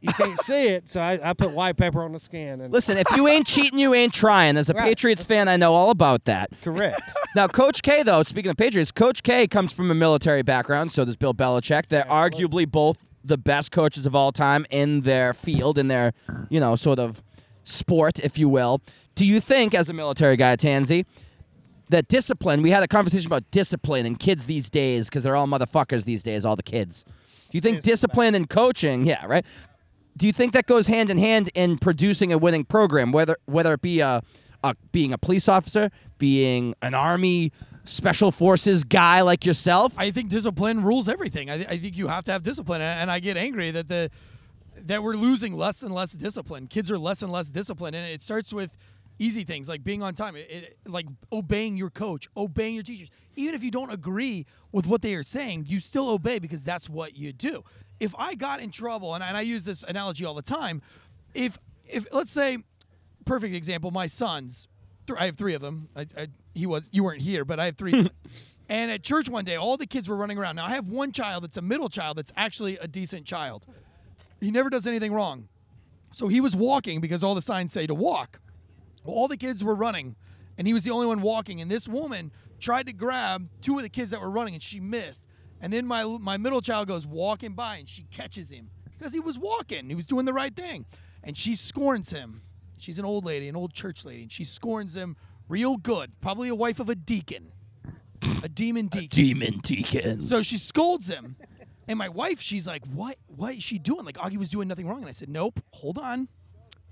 you can't see it. So I, I put white pepper on the skin. And
Listen, if you ain't cheating, you ain't trying. As a
Right.
Patriots fan, I know all about that.
correct.
Now, Coach K, though, speaking of Patriots, Coach K comes from a military background, so does Bill Belichick. They're arguably both the best coaches of all time in their field, in their, you know, sort of sport, if you will. Do you think, as a military guy, Tanzi, that discipline, we had a conversation about discipline and kids these days because they're all motherfuckers these days, all the kids. Do you think discipline and coaching, yeah, right? Do you think that goes hand in hand in producing a winning program, whether whether it be a, a being a police officer, being an army special forces guy like yourself?
I think discipline rules everything. I, I think you have to have discipline, and, and I get angry that the that we're losing less and less discipline. Kids are less and less disciplined, and it starts with easy things like being on time, it, it- like obeying your coach, obeying your teachers. Even if you don't agree with what they are saying, you still obey because that's what you do. If I got in trouble, and, and I use this analogy all the time, if if let's say perfect example. My sons, th- I have three of them. I, I, he was you weren't here, but I have three. sons. And at church one day, all the kids were running around. Now I have one child that's a middle child that's actually a decent child. He never does anything wrong. So he was walking because all the signs say to walk. Well, all the kids were running, and he was the only one walking. And this woman tried to grab two of the kids that were running, and she missed. And then my my middle child goes walking by, and she catches him because he was walking. He was doing the right thing, and she scorns him. She's an old lady, an old church lady, and she scorns him real good. Probably a wife of a deacon, a demon deacon.
Demon Deacon.
So she scolds him. And my wife, she's like, What what is she doing? Like Augie was doing nothing wrong. And I said, Nope, hold on.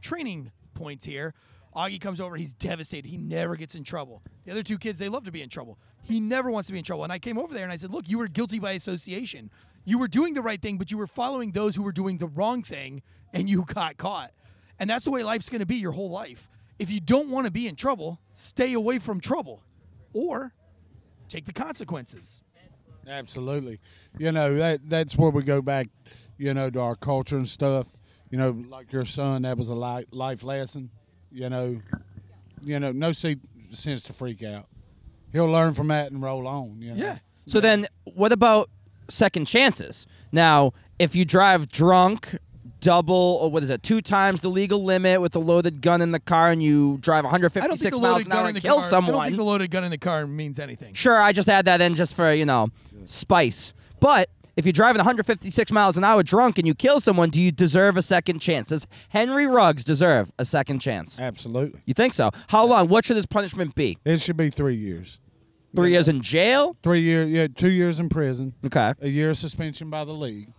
Training points here. Augie comes over, he's devastated. He never gets in trouble. The other two kids, they love to be in trouble. He never wants to be in trouble. And I came over there and I said, Look, you were guilty by association. You were doing the right thing, but you were following those who were doing the wrong thing and you got caught. And that's the way life's gonna be your whole life. If you don't wanna be in trouble, stay away from trouble or take the consequences.
Absolutely. You know, that that's where we go back, you know, to our culture and stuff. You know, like your son, that was a li- life lesson. You know, you know, no se- sense to freak out. He'll learn from that and roll on. You know?
Yeah.
So then, what about second chances? Now, if you drive drunk, double or what is it, two times the legal limit with a loaded gun in the car, and you drive
I don't think
156
the
miles
loaded
an hour
gun in
and
the
kill
car. I don't
someone,
think the loaded gun in the car means anything.
sure, I just add that in just for you know spice. But if you're driving 156 miles an hour drunk and you kill someone, do you deserve a second chance? Does Henry Ruggs deserve a second chance?
Absolutely.
You think so? How long? What should this punishment be?
It should be three years.
Three years in jail?
Three year, yeah, two years in prison,
Okay.
a year of suspension by the league.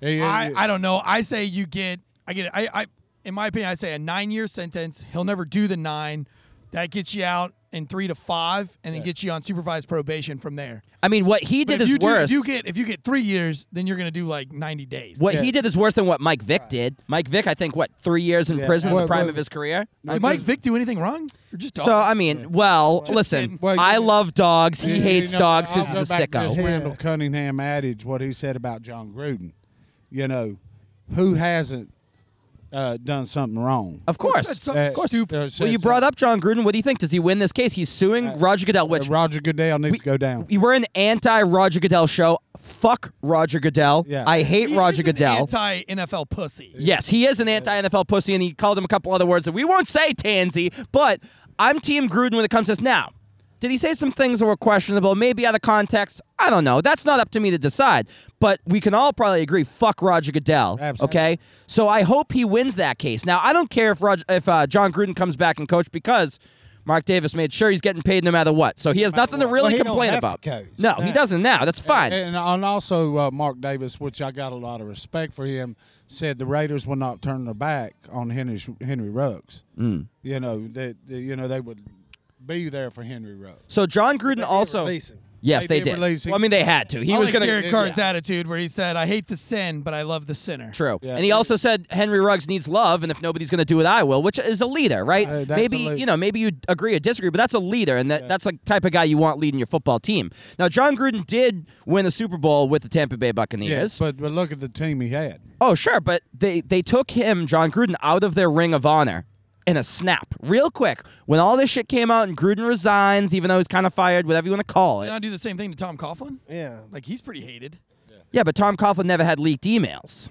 Yeah, yeah,
I,
yeah.
I don't know. I say you get. I get. I, I in my opinion, I say a nine-year sentence. He'll never do the nine. That gets you out in three to five, and then gets you on supervised probation from there.
I mean, what he
But
did
if
is
you do-
worse.
if you get if you get three years, then you're gonna do like 90 days.
What
Yeah.
he did is worse than what Mike Vick did. Mike Vick, I think, what three years in
Yeah.
prison, in the
Well,
prime
well-
of his career.
Did Mike Vick do anything wrong? Or just
So
dogs?
I mean, well, listen,
kidding.
Well,
I
you-
love dogs. He
You
hates
know,
dogs
I'll
because
go
he's a
back to This
sicko.
Randall Cunningham adage, what he said about John Gruden. You know, who hasn't uh, done something wrong?
That's
Of course.
so
Uh,
stupid.
uh,
Well, you
says,
brought
uh,
up John Gruden. What do you think? Does he win this case? He's suing Roger Goodell, which
Roger Goodell needs to go down.
we, we're an anti-Roger Goodell show. Fuck Roger Goodell.
Yeah.
I hate
He
Roger
is an
Goodell.
Anti NFL pussy.
Yes, he is an anti NFL pussy, and he called him a couple other words that we won't say, Tansy. But I'm Team Gruden when it comes to this. Now, did he say some things that were questionable, maybe out of context? I don't know. That's not up to me to decide. But we can all probably agree, fuck Roger Goodell.
Absolutely.
Okay, so I hope he wins that case. Now, I don't care if Roger, if uh, John Gruden comes back and coach because. Mark Davis made sure he's getting paid no matter what, so he has nothing to
what.
really
Well, he don't
complain
have to
about.
coach.
No, he doesn't now. That's fine.
And, and also, uh, Mark Davis, which I got a lot of respect for him, said the Raiders will not turn their back on Henry, Henry Ruggs.
Mm.
You know that that, you know they would be there for Henry Ruggs.
so John Gruden also,
Release him.
yes,
They
they,
did
did.
release him.
Well, I mean, they had to. He
I
was
like
going to
Derek Carr's attitude where he said, "I hate the sin, but I love the sinner."
True.
Yeah.
and he also said Henry Ruggs needs love, and if nobody's going to do it, I will, which is a leader, right?
Uh, that's
maybe
a lead-
you know, maybe you agree or disagree, but that's a leader, and that, that's like type of guy you want leading your football team. Now, John Gruden did win the Super Bowl with the Tampa Bay Buccaneers.
but but look at the team he had.
oh, sure, but they they took him, John Gruden, out of their ring of honor. In a snap, real quick, when all this shit came out and Gruden resigns, even though he's kind of fired, whatever you want to call
Did
it.
I do the same thing to Tom Coughlin?
Yeah.
Like he's pretty hated.
Yeah, but Tom Coughlin never had leaked emails.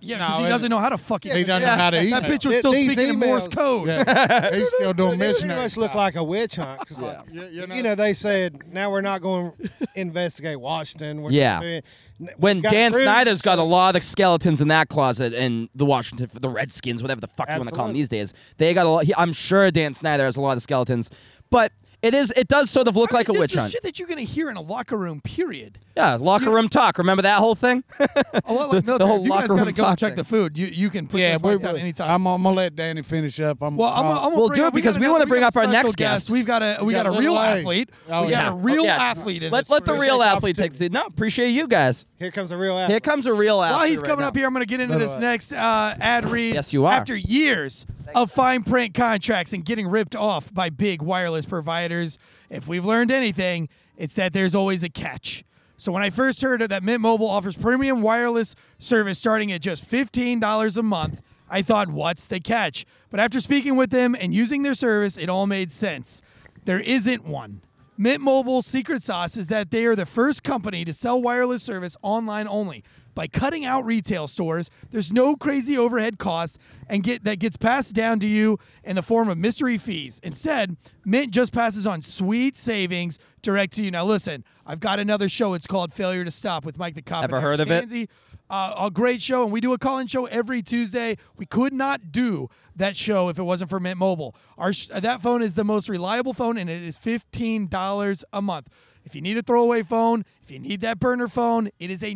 Yeah, because
No,
he
it-
doesn't know how to fucking.
He doesn't know how to eat.
that bitch was
Th-
still
these
speaking in Morse
emails-
code.
Yeah, he's still
They
doing
pretty
missionary.
much look like a witch hunt. 'cause, like,
you know-
you know, they said now we're not going to investigate Washington. We're
Yeah.
not doing- N-
When
we got
Dan
proof-
Snyder's got a lot of skeletons in that closet, and the Washington, the Redskins, whatever the fuck you want to call them
Absolutely.
these days, they got a lot. He, I'm sure Dan Snyder has a lot of skeletons, but it is it does sort of look like a
this
witch
is
hunt.
shit that you're gonna hear in a locker room. Period.
Yeah, locker room talk. Remember that whole thing?
A lot like military.
the whole
if you guys
locker
gotta
room
go and
talk
check the food. You you can put
yeah,
those
we,
mics out
we-
anytime.
I'm, I'm gonna let Danny finish up. I'm,
Well, I'm,
uh,
gonna- I'm gonna
We'll
bring
do
up-
it because
got
we
another-
wanna bring
got
up our
special
next guest.
We've got a we got
got
a real
Lil A.
athlete.
Oh,
we got
yeah.
a real
Yeah.
athlete. In
Let
this
let the
room.
real athlete take the seat. No, appreciate you guys.
Here comes a real athlete.
Here comes a real athlete.
While he's
right
coming
now.
up here, I'm going to get into this next uh, ad read.
Yes, you are.
After years of fine print contracts and getting ripped off by big wireless providers, if we've learned anything, it's that there's always a catch. So when I first heard that Mint Mobile offers premium wireless service starting at just $15 a month, I thought, what's the catch? But after speaking with them and using their service, it all made sense. There isn't one. Mint Mobile's secret sauce is that they are the first company to sell wireless service online only. By cutting out retail stores, there's no crazy overhead cost and get that gets passed down to you in the form of mystery fees. Instead, Mint just passes on sweet savings direct to you. Now listen, I've got another show. It's called Failure to Stop with Mike the Cop.
Ever
and
heard of
Eric Kansi.
it?
Uh, a great show, and we do a call-in show every Tuesday. We could not do that show if it wasn't for Mint Mobile. Our sh- uh, that phone is the most reliable phone, and it is fifteen dollars a month. If you need a throwaway phone, if you need that burner phone, it is a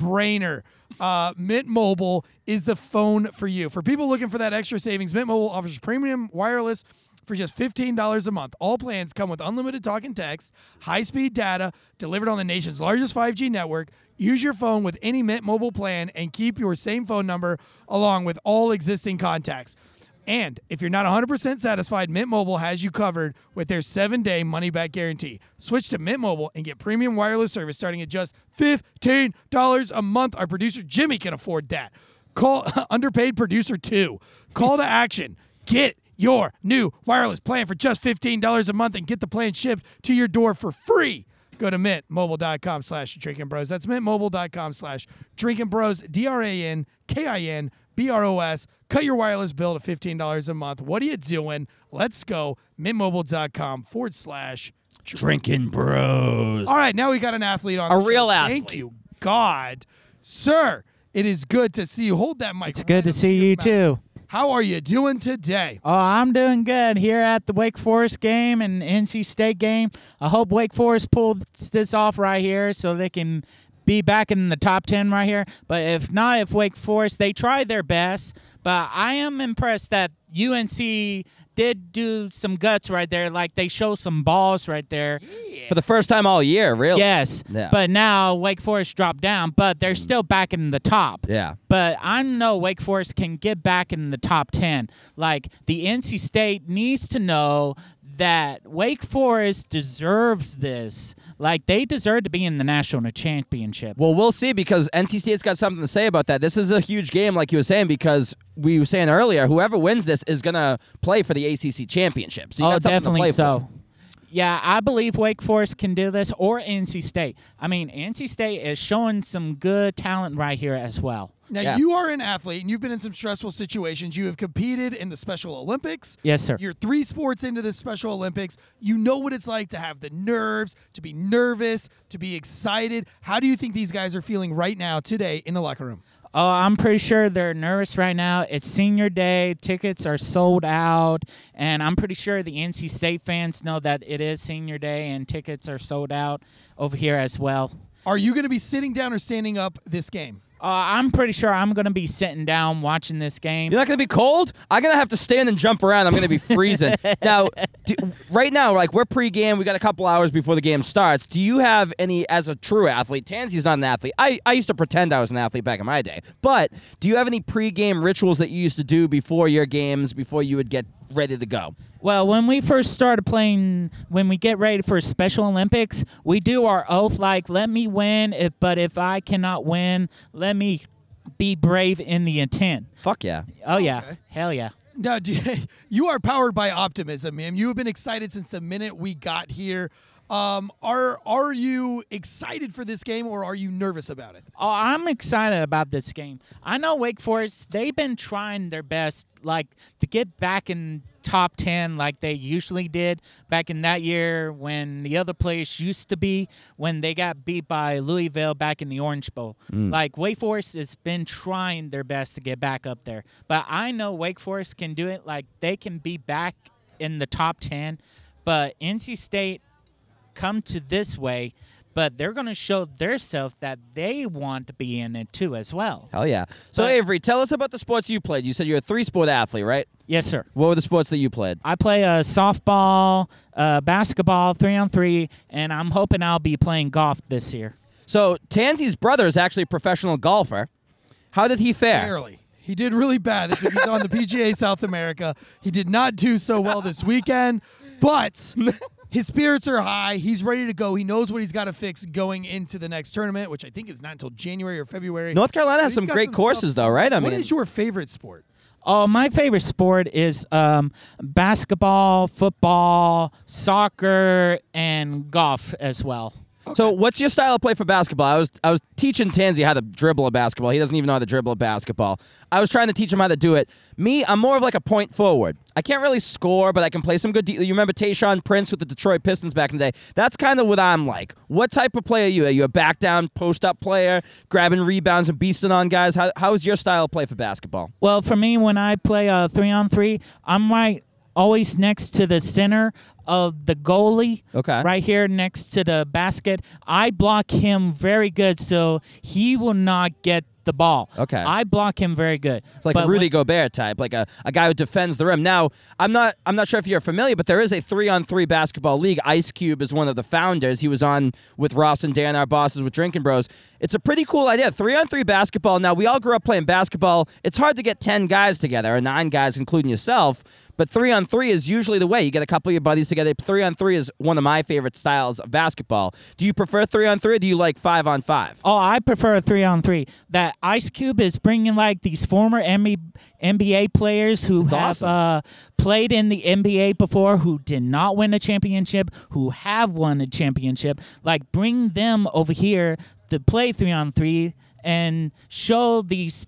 no-brainer. Uh, Mint Mobile is the phone for you. For people looking for that extra savings, Mint Mobile offers premium wireless for just $15 a month. All plans come with unlimited talk and text, high speed data delivered on the nation's largest 5G network. Use your phone with any Mint Mobile plan and keep your same phone number along with all existing contacts. And if you're not 100% satisfied, Mint Mobile has you covered with their seven day money back guarantee. Switch to Mint Mobile and get premium wireless service starting at just $15 a month. Our producer Jimmy can afford that. Call underpaid producer two. Call to action. Get your new wireless plan for just $15 a month and get the plan shipped to your door for free. Go to mintmobile.com slash drinking bros. That's mintmobile.com slash drinking bros, D R A N K I N B R O S. Cut your wireless bill to $15 a month. What are you doing? Let's go. Mintmobile.com forward slash.
Drinking bros.
All right, now we got an athlete on
A
the show.
real
Thank
athlete.
you, God. Sir, it is good to see you. Hold that mic.
It's good to see you too.
How are you doing today?
Oh, I'm doing good here at the Wake Forest game and NC State game. I hope Wake Forest pulls this off right here so they can be back in the top 10 right here. But if not, if Wake Forest, they try their best. But I am impressed that UNC did do some guts right there. Like they show some balls right there.
For the first time all year, really.
Yes.
Yeah. Mm.
But now Wake Forest dropped down, but they're still back in the top.
Yeah.
But I know Wake Forest can get back in the top 10. Like, the NC State needs to know that Wake Forest deserves this. Like, they deserve to be in the national championship.
Well, we'll see because NC State's got something to say about that. This is a huge game, like you were saying, because we were saying earlier, whoever wins this is gonna play for the ACC championship. So you
oh,
got something
definitely
to play
so.
for.
Yeah, I believe Wake Forest can do this or NC State. I mean, NC State is showing some good talent right here as well.
Now
Yeah.
you are an athlete and you've been in some stressful situations. You have competed in the Special Olympics.
Yes, sir.
You're three sports into the Special Olympics. You know what it's like to have the nerves, to be nervous, to be excited. How do you think these guys are feeling right now today in the locker room?
Oh, I'm pretty sure they're nervous right now. It's senior day. Tickets are sold out. And I'm pretty sure the NC State fans know that it is senior day and tickets are sold out over here as well.
Are you going to be sitting down or standing up this game?
Uh, I'm pretty sure I'm going to be sitting down watching this game.
You're not gonna be cold. I'm gonna have to stand and jump around. I'm gonna be freezing. now, do, right now, like we're pre-game, we got a couple hours before the game starts. Do you have any, as a true athlete? Tansy's not an athlete. I, I used to pretend I was an athlete back in my day. But do you have any pre-game rituals that you used to do before your games, before you would get ready to go?
Well, when we first started playing, when we get ready for Special Olympics, we do our oath like, let me win, if, but if I cannot win, let me be brave in the intent.
Fuck yeah.
Oh, yeah. Hell yeah.
Now, do you, you are powered by optimism, man. You have been excited since the minute we got here. Um, are are you excited for this game or are you nervous about it?
Oh, I'm excited about this game. I know Wake Forest, they've been trying their best like to get back in top 10 like they usually did back in that year when the other place used to be when they got beat by Louisville back in the Orange Bowl. Like Wake Forest has been trying their best to get back up there. But I know Wake Forest can do it like they can be back in the top 10, but NC State come to this way, but they're going to show themselves that they want to be in it too as well.
Hell yeah. So
But-
Avery, tell us about the sports you played. You said you're a three sport athlete, right?
Yes, sir.
What were the sports that you played?
I play uh, softball, uh, basketball, three on three, and I'm hoping I'll be playing golf this year.
So Tansy's brother is actually a professional golfer. How did he fare?
Barely. He did really bad this week. He's on the PGA South America. He did not do so well this weekend, but his spirits are high. He's ready to go. He knows what he's got to fix going into the next tournament, which I think is not until January or February.
North Carolina has
He's
some
got
great
some
courses,
stuff-
though, right? I
What
mean,
is your favorite sport?
Oh, my favorite sport is um, basketball, football, soccer, and golf as well.
so what's your style of play for basketball? I was I was teaching Tansy how to dribble a basketball. He doesn't even know how to dribble a basketball. I was trying to teach him how to do it. Me, I'm more of like a point forward. I can't really score, but I can play some good. De- you remember Tayshawn Prince with the Detroit Pistons back in the day? That's kind of what I'm like. What type of player are you? Are you a back down post up player, grabbing rebounds and beasting on guys? How, how is your style of play for basketball?
Well, for me, when I play uh, three on three, I'm right always next to the center of the goalie.
Okay.
Right here next to the basket. I block him very good, so he will not get the ball.
Okay.
I block him very good.
like
But
a Rudy
when-
Gobert type, like a, a guy who defends the rim. Now, I'm not I'm not sure if you're familiar, but there is a three on three basketball league. Ice Cube is one of the founders. He was on with Ross and Dan, our bosses with Drinking Bros. It's a pretty cool idea. Three on three basketball. Now we all grew up playing basketball. It's hard to get ten guys together or nine guys, including yourself. But three on three is usually the way. You get a couple of your buddies together. Three on three is one of my favorite styles of basketball. Do you prefer three on three or do you like five on five?
Oh, I prefer a three on three. That Ice Cube is bringing like these former E, MB NBA players who have
awesome.
uh, played in the NBA before, who did not win a championship, who have won a championship. Like bring them over here to play three on three and show these.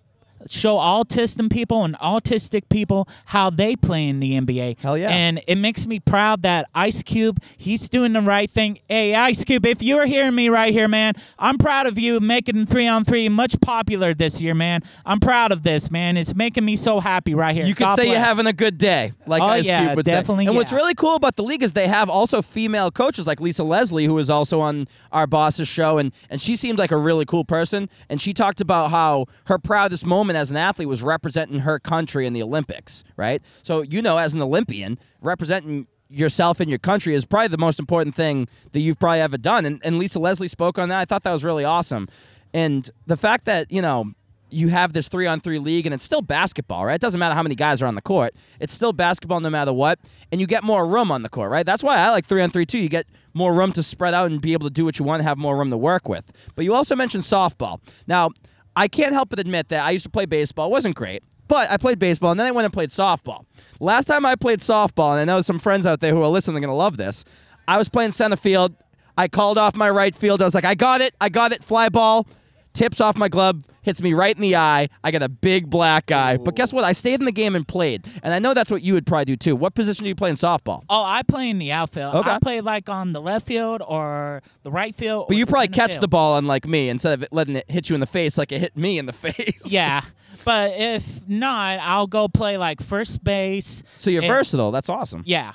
Show autistic people and autistic people how they play in the NBA.
Hell yeah.
And and it makes me proud that Ice Cube, he's doing the right thing. Hey, Ice Cube, if you're hearing me right here, man, I'm proud of you making three on three much popular this year, man. I'm proud of this, man. It's making me so happy right here.
You could
God
say you're
bless.
having a good day, like
Oh,
Ice
yeah,
Cube would
definitely,
say. And what's
yeah.
really cool about the league is they have also female coaches, like Lisa Leslie, who was also on our boss's show, and and she seemed like a really cool person. And she talked about how her proudest moment as an athlete was representing her country in the Olympics, right? So you know, as an Olympian, representing yourself and your country is probably the most important thing that you've probably ever done. And, and Lisa Leslie spoke on that. I thought that was really awesome. And the fact that, you know, you have this three on three league and it's still basketball, right? It doesn't matter how many guys are on the court. It's still basketball no matter what. And you get more room on the court, right? That's why I like three on three too. You get more room to spread out and be able to do what you want and have more room to work with. But you also mentioned softball. Now, I can't help but admit that I used to play baseball. It wasn't great, but I played baseball and then I went and played softball. Last time I played softball, and I know some friends out there who are listening are going to love this, I was playing center field. I called off my right field. I was like, I got it. I got it. Fly ball tips off my glove, hits me right in the eye. I got a big black eye. But guess what? I stayed in the game and played. And I know that's what you would probably do too. What position do you play in softball?
Oh, I play in the outfield.
Okay.
I play like on the left field or the right field.
But
or
you
the
probably
center
catch
field.
the ball unlike me instead of it letting it hit you in the face like it hit me in the face.
Yeah, but if not, I'll go play like first base.
So you're
and-
versatile. That's awesome.
Yeah.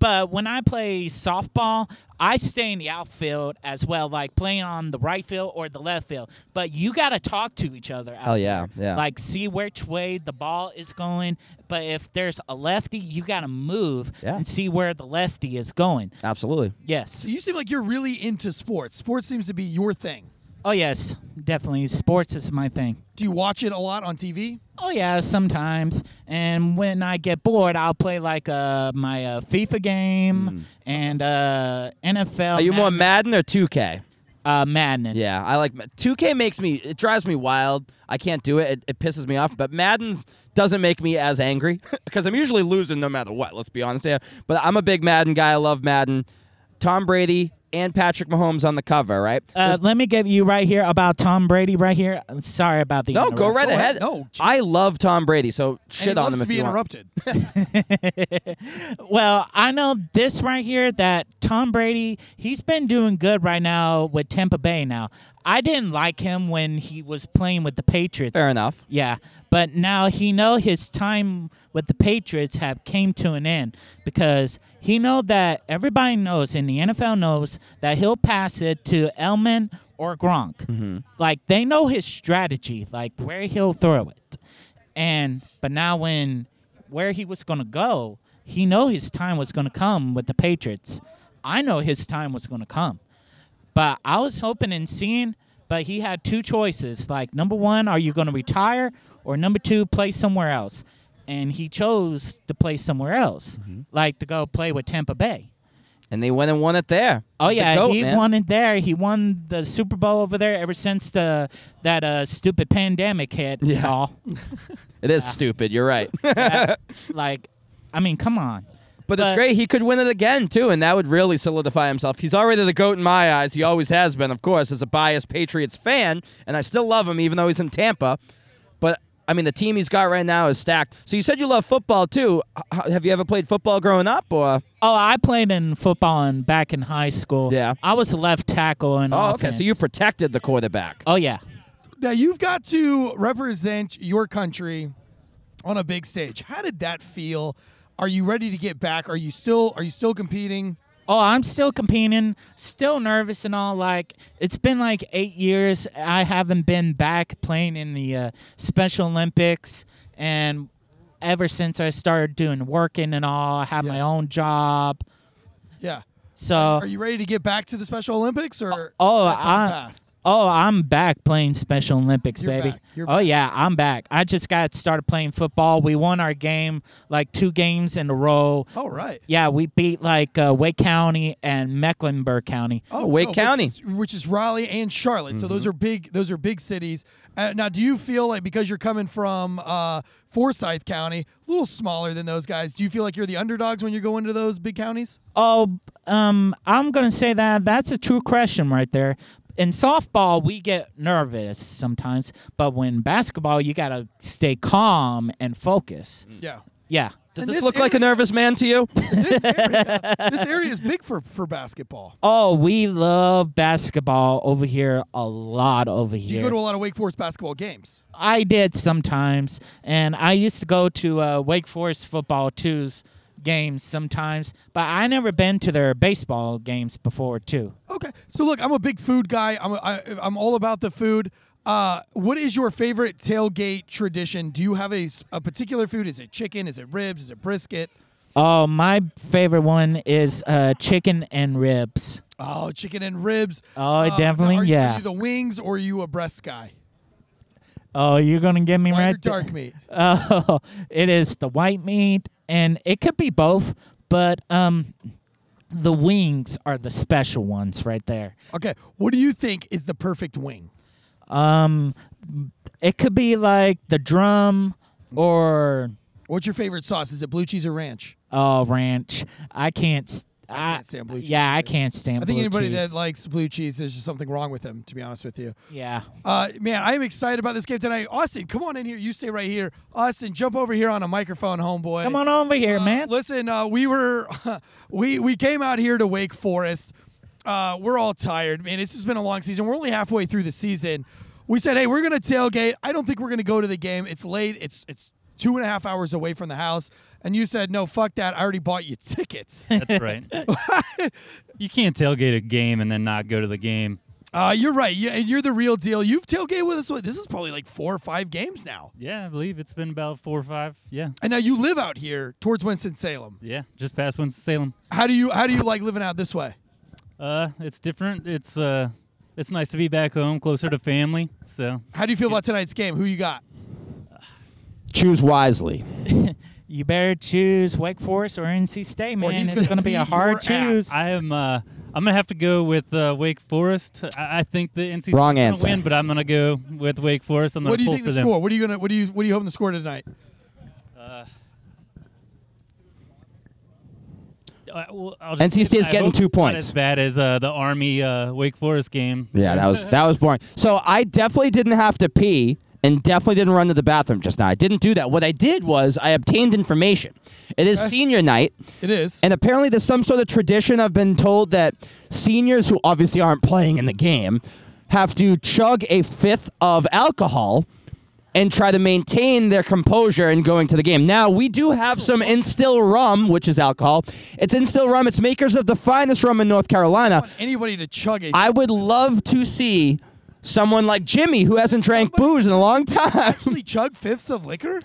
But when I play softball, I stay in the outfield as well, like playing on the right field or the left field. But you got to talk to each other. out
Hell Oh, yeah,
there.
yeah.
Like see which way the ball is going. But if there's a lefty, you got to move
Yeah.
and see where the lefty is going.
Absolutely.
Yes.
You seem like you're really into sports. Sports seems to be your thing.
Oh, yes. Definitely. Sports is my thing.
Do you watch it a lot on TV?
Oh yeah, sometimes. And when I get bored, I'll play like uh, my uh, FIFA game and uh, NFL.
Mm. Are you more
Madden-
Madden or 2K?
uh, Madden?
Yeah, I like 2K makes me it drives me wild. I can't do it. It, it pisses me off. But Madden's doesn't make me as angry because I'm usually losing no matter what. Let's be honest here. But I'm a big Madden guy. I love Madden. Tom Brady and Patrick Mahomes on the cover, right?
Uh, let me give you right here about Tom Brady right here. I'm sorry about the
no, go
interrupt.
right
Go ahead.
ahead.
No, geez.
I love Tom Brady, so
And he
shit on
loves
him
to
if
be
you want.
interrupted.
Well, I know this right here that Tom Brady, he's been doing good right now with Tampa Bay now. I didn't like him when he was playing with the Patriots.
Fair enough.
Yeah, but now he know his time with the Patriots have came to an end because he know that everybody knows in the NFL knows that he'll pass it to Elman or Gronk. Like they know his strategy, like where he'll throw it. And but now when where he was going to go, he know his time was going to come with the Patriots. I know his time was going to come. But I was hoping and seeing, but he had two choices. Like, number one, are you going to retire? Or number two, play somewhere else. And he chose to play somewhere else,
Mm-hmm.
like to go play with Tampa Bay.
And they went and won it there.
Oh
He's the
yeah,
GOAT,
he
man.
won it there. He won the Super Bowl over there. Ever since the that uh, stupid pandemic hit,
Yeah.
y'all.
It is stupid. You're right.
like, I mean, come on.
But it's
But-
great. He could win it again too, and that would really solidify himself. He's already the goat in my eyes. He always has been, of course, as a biased Patriots fan, and I still love him even though he's in Tampa. But I mean, the team he's got right now is stacked. So you said you love football too. H- h- have you ever played football growing up, or
Oh, I played in football and back in high school.
Yeah.
I was a left tackle and
oh, okay, so you protected the quarterback.
oh yeah.
Now you've got to represent your country on a big stage. How did that feel? Are you ready to get back? Are you still are you still competing?
Oh, I'm still competing, still nervous and all. Like it's been like eight years. I haven't been back playing in the uh, Special Olympics, and ever since I started doing working and all, I have my own job.
Yeah.
So
Are you ready to get back to the Special Olympics or
oh,
that's all
I,
past?
oh, I'm back playing Special Olympics,
You're
baby.
back. You're
oh yeah, I'm back. I just got started playing football. We won our game like two games in a row.
All right.
Yeah, we beat like uh, Wake County and Mecklenburg County. Mm-hmm.
Oh,
Wake
which
County.
is- which is, Raleigh and Charlotte. So those are big. Those are big cities. Uh, now, do you feel like because you're coming from uh, Forsyth County, a little smaller than those guys, do you feel like you're the underdogs when you're going to those big counties?
Oh, um, I'm gonna say that that's a true question right there. In softball, we get nervous sometimes, but when basketball, you gotta stay calm and focus.
Yeah.
Yeah.
Does
And
this,
this
look like a nervous man to you?
this area is big for for basketball.
Oh, we love basketball over here a lot over
Do you
here.
go to a lot of Wake Forest basketball games?
I did sometimes, and I used to go to uh, Wake Forest football twos games sometimes, but I never been to their baseball games before too.
Okay. So look, I'm a big food guy. I'm a, I, I'm all about the food. Uh, what is your favorite tailgate tradition? Do you have a, s- a particular food? Is it chicken? Is it ribs? Is it brisket?
Oh, my favorite one is uh, chicken and ribs.
Oh, chicken and ribs.
Oh,
now,
definitely,
are you- Are
yeah.
you the wings or are you a breast guy?
Oh, you're gonna get me
White or
right. there.
dark meat?
Oh, it is the white meat, and it could be both, but um, the wings are the special ones right there.
Okay. What do you think is the perfect wing?
Um, it could be like the drum or
What's your favorite sauce? Is it blue cheese or ranch?
oh ranch. I can't. s- I,
can't stand blue cheese
Yeah, I
either.
can't stand.
I think
blue
anybody
cheese.
that likes blue cheese, there's just something wrong with them, to be honest with you.
yeah.
Uh, man, I am excited about this game tonight. Austin, come on in here. You stay right here. Austin, jump over here on a microphone, homeboy.
Come on over here, man.
Listen, uh, we were we we came out here to Wake Forest. Uh, we're all tired, man. It's just been a long season. We're only halfway through the season. We said, hey, we're gonna tailgate. I don't think we're gonna go to the game. It's late. It's it's two and a half hours away from the house. And you said, no, fuck that. I already bought you tickets.
That's right. you can't tailgate a game and then not go to the game.
uh, you're right. You, and you're the real deal. You've tailgated with us. what, This is probably like four or five games now.
Yeah, I believe it's been about four or five. Yeah,
And now you live out here towards Winston Salem.
yeah, just past Winston Salem.
How do you how do you like living out this way?
Uh, it's different. It's uh, it's nice to be back home, closer to family. So
How do you feel about tonight's game? Who you got?
Choose wisely.
You better choose Wake Forest or NC State,
Boy,
man.
he's
It's
gonna
going to be a
beat your
hard
ass.
choose.
I am. Uh, I'm gonna have to go with uh, Wake Forest. I, I think the NC State's
Wrong
gonna
answer.
Win, but I'm gonna go with Wake Forest. I'm gonna
What do you
pull
think
for
the
them.
score? What are you gonna? What do you? What are you hoping the score tonight?
uh, well, I'll just
NC
say-
State's
I
getting
hope
two
it's not
points.
As bad as uh, the Army uh, Wake Forest game.
Yeah, that was that was boring. So I definitely didn't have to pee and definitely didn't run to the bathroom just now. I didn't do that. What I did was I obtained information. It is senior night.
It is.
And apparently, there's some sort of tradition. I've been told that seniors who obviously aren't playing in the game have to chug a fifth of alcohol and try to maintain their composure in going to the game. Now, we do have some instill rum, which is alcohol. It's instill rum, it's makers of the finest rum in North Carolina.
Anybody to chug it.
I would love to see someone like Jimmy who hasn't drank booze in a long time.
actually chug fifths of liquor?